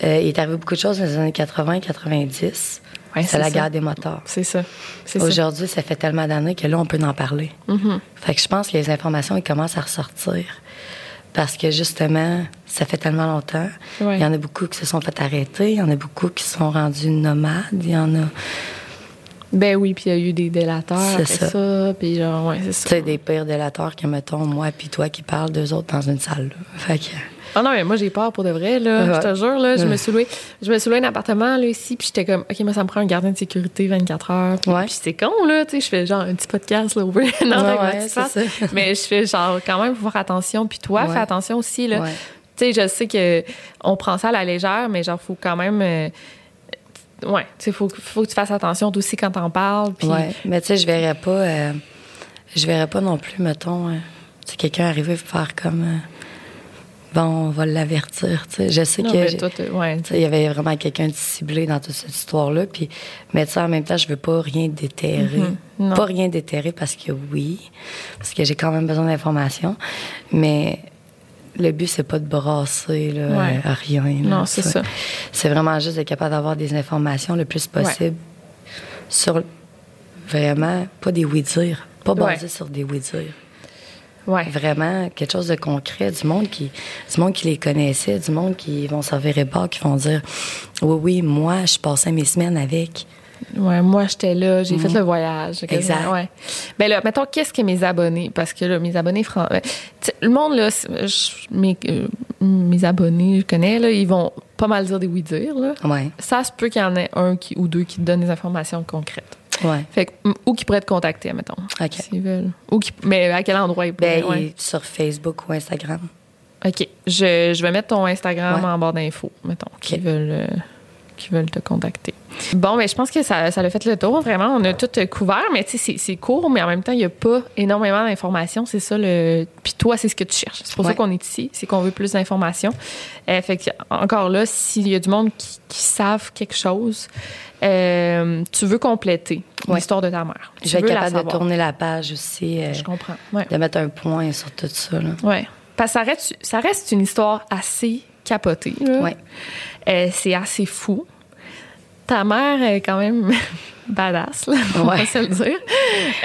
Speaker 4: euh, il est arrivé beaucoup de choses dans les années 80, 90.
Speaker 2: Ouais, c'est
Speaker 4: c'est la
Speaker 2: ça.
Speaker 4: guerre des motards.
Speaker 2: C'est ça. C'est ça. Mm-hmm.
Speaker 4: Aujourd'hui, ça fait tellement d'années que là, on peut en parler. Fait que je pense que les informations, elles commencent à ressortir. Parce que justement, ça fait tellement longtemps.
Speaker 2: Ouais.
Speaker 4: Il y en a beaucoup qui se sont fait arrêter, il y en a beaucoup qui se sont rendus nomades, il y en a,
Speaker 2: Ben oui, puis il y a eu des délateurs.
Speaker 4: C'est
Speaker 2: après ça.
Speaker 4: ça.
Speaker 2: puis genre, ouais, c'est
Speaker 4: tu
Speaker 2: ça.
Speaker 4: sais, des pires délateurs que, mettons, moi puis toi qui parlent d'eux autres dans une salle. là. Fait que,
Speaker 2: Ah non, mais moi, j'ai peur pour de vrai, là.
Speaker 4: Ouais.
Speaker 2: Je te jure, là. Je me
Speaker 4: Ouais.
Speaker 2: suis loué. Je me suis loué un appartement, là, ici, puis j'étais comme, OK, moi, ça me prend un gardien de sécurité 24 heures. Puis
Speaker 4: Ouais.
Speaker 2: puis c'est con, là. Tu sais, je fais genre un petit podcast, là, au bout. non, avec
Speaker 4: Ouais,
Speaker 2: ma
Speaker 4: ouais,
Speaker 2: petite
Speaker 4: c'est
Speaker 2: face.
Speaker 4: ça.
Speaker 2: Mais je fais genre, quand même, faut faire attention. Puis toi,
Speaker 4: Ouais.
Speaker 2: fais attention aussi, là.
Speaker 4: Ouais.
Speaker 2: Tu sais, je sais que on prend ça à la légère, mais genre, faut quand même. euh, ouais, tu sais, faut, faut que tu fasses attention aussi quand t'en parles. Puis,
Speaker 4: Ouais, mais tu sais, je verrais pas. euh, je verrais pas non plus, mettons, euh, tu sais, quelqu'un arriver et faire comme. euh, bon, on va l'avertir, tu sais. Je sais
Speaker 2: Non,
Speaker 4: que.
Speaker 2: mais
Speaker 4: j'ai-
Speaker 2: toi, t'es- ouais.
Speaker 4: tu sais, Il y avait vraiment quelqu'un de ciblé dans toute cette histoire-là. Puis, mais tu sais, en même temps, je veux pas rien déterrer.
Speaker 2: Mm-hmm. non.
Speaker 4: Pas rien déterrer parce que oui, parce que j'ai quand même besoin d'informations. Mais le but, c'est pas de brasser là,
Speaker 2: Ouais.
Speaker 4: à rien. là,
Speaker 2: Non, c'est
Speaker 4: tu sais.
Speaker 2: ça.
Speaker 4: C'est vraiment juste d'être capable d'avoir des informations le plus possible sur vraiment pas des oui-dire, pas basé
Speaker 2: Ouais.
Speaker 4: sur des oui-dire
Speaker 2: Ouais.
Speaker 4: vraiment quelque chose de concret du monde qui du monde qui les connaissait du monde qui vont servir et pas qui vont dire oui oui moi je passais mes semaines avec
Speaker 2: Ouais, moi, j'étais là, j'ai fait le voyage. quasiment,
Speaker 4: Mhm. Exact.
Speaker 2: Ouais. Ben là, mettons, qu'est-ce que mes abonnés, parce que là, mes abonnés, fran- ben, tu sais, le monde, là, c'est- je- mes, euh, mes abonnés, je connais, là, ils vont pas mal dire des oui-dire, là.
Speaker 4: ouais
Speaker 2: Ça se peut qu'il y en ait un qui, ou deux qui te donnent des informations concrètes.
Speaker 4: ouais
Speaker 2: Fait que, mm, ou qui pourraient te contacter, mettons.
Speaker 4: Ok.
Speaker 2: S'ils veulent. Ou qui, mais à quel endroit ils pourraient.
Speaker 4: ben
Speaker 2: ouais.
Speaker 4: et sur Facebook ou Instagram
Speaker 2: OK. Je, je vais mettre ton Instagram
Speaker 4: Ouais.
Speaker 2: en barre d'infos, mettons, qui
Speaker 4: OK.
Speaker 2: veulent, euh, qui veulent te contacter. Bon, ben, je pense que ça, ça l'a fait le tour, vraiment. On a tout euh, couvert, mais tu sais, c'est- c'est court, mais en même temps, il n'y a pas énormément d'informations. C'est ça le. Puis toi, c'est ce que tu cherches. C'est pour ça
Speaker 4: Ouais.
Speaker 2: qu'on est ici, c'est qu'on veut plus d'informations. Euh, fait que, encore là, s'il y a du monde qui, qui savent quelque chose, euh, tu veux compléter
Speaker 4: Ouais.
Speaker 2: l'histoire de ta mère. Tu
Speaker 4: je vais
Speaker 2: veux
Speaker 4: être
Speaker 2: la
Speaker 4: capable de
Speaker 2: savoir.
Speaker 4: tourner la page aussi euh,
Speaker 2: Je comprends. Ouais.
Speaker 4: de mettre un point sur tout ça là.
Speaker 2: Ouais. Parce que ça reste, ça reste une histoire assez capotée. là.
Speaker 4: Ouais.
Speaker 2: Euh, c'est assez fou. Ta mère est quand même badass, là, on va
Speaker 4: Ouais.
Speaker 2: se le dire.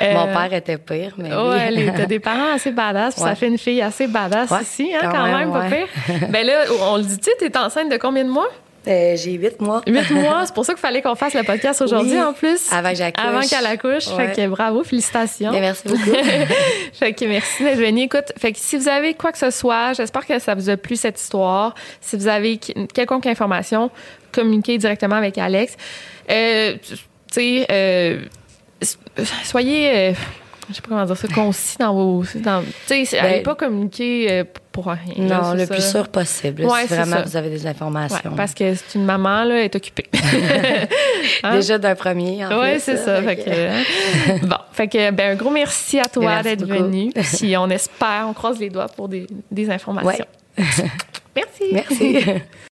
Speaker 2: Euh, oh,
Speaker 4: mon père était pire mais oui.
Speaker 2: Ouais, elle est- t'as des parents assez badass, puis ça
Speaker 4: Ouais.
Speaker 2: fait une fille assez badass
Speaker 4: Ouais,
Speaker 2: ici, hein,
Speaker 4: quand
Speaker 2: quand même,
Speaker 4: même,
Speaker 2: pas
Speaker 4: ouais.
Speaker 2: pire. Ben là, on le dit, tu sais, t'es enceinte de combien de mois?
Speaker 4: Euh, j'ai huit mois
Speaker 2: Huit mois, c'est pour ça qu'il fallait qu'on fasse le podcast aujourd'hui
Speaker 4: Oui,
Speaker 2: en plus.
Speaker 4: avant que j'accouche.
Speaker 2: Avant qu'elle accouche.
Speaker 4: Ouais.
Speaker 2: Fait que bravo, félicitations.
Speaker 4: Bien, merci beaucoup
Speaker 2: fait que merci d'être venu. Écoute, fait que si vous avez quoi que ce soit, j'espère que ça vous a plu cette histoire. Si vous avez qui- quelconque information, communiquez directement avec Alex. Euh, tu sais, euh, so- soyez, euh, je sais pas comment dire ça, concis dans vos, dans, tu sais, c'est-
Speaker 4: Ben,
Speaker 2: allez pas communiquer euh, pour rien. là,
Speaker 4: non
Speaker 2: c'est
Speaker 4: le
Speaker 2: ça.
Speaker 4: plus sûr possible là,
Speaker 2: Ouais,
Speaker 4: si
Speaker 2: c'est
Speaker 4: vraiment
Speaker 2: ça.
Speaker 4: vous avez des
Speaker 2: Ouais,
Speaker 4: informations
Speaker 2: parce que c'est une maman là, elle est occupée. hein?
Speaker 4: déjà d'un premier en
Speaker 2: Oui,
Speaker 4: plus,
Speaker 2: c'est
Speaker 4: là,
Speaker 2: ça.
Speaker 4: fait
Speaker 2: Fait
Speaker 4: que- hein.
Speaker 2: que, euh, bon, fait que, ben, un gros merci à toi
Speaker 4: Merci
Speaker 2: d'être
Speaker 4: beaucoup.
Speaker 2: venu. Puis on espère, on croise les doigts pour des, des informations.
Speaker 4: Ouais.
Speaker 2: Merci.
Speaker 4: merci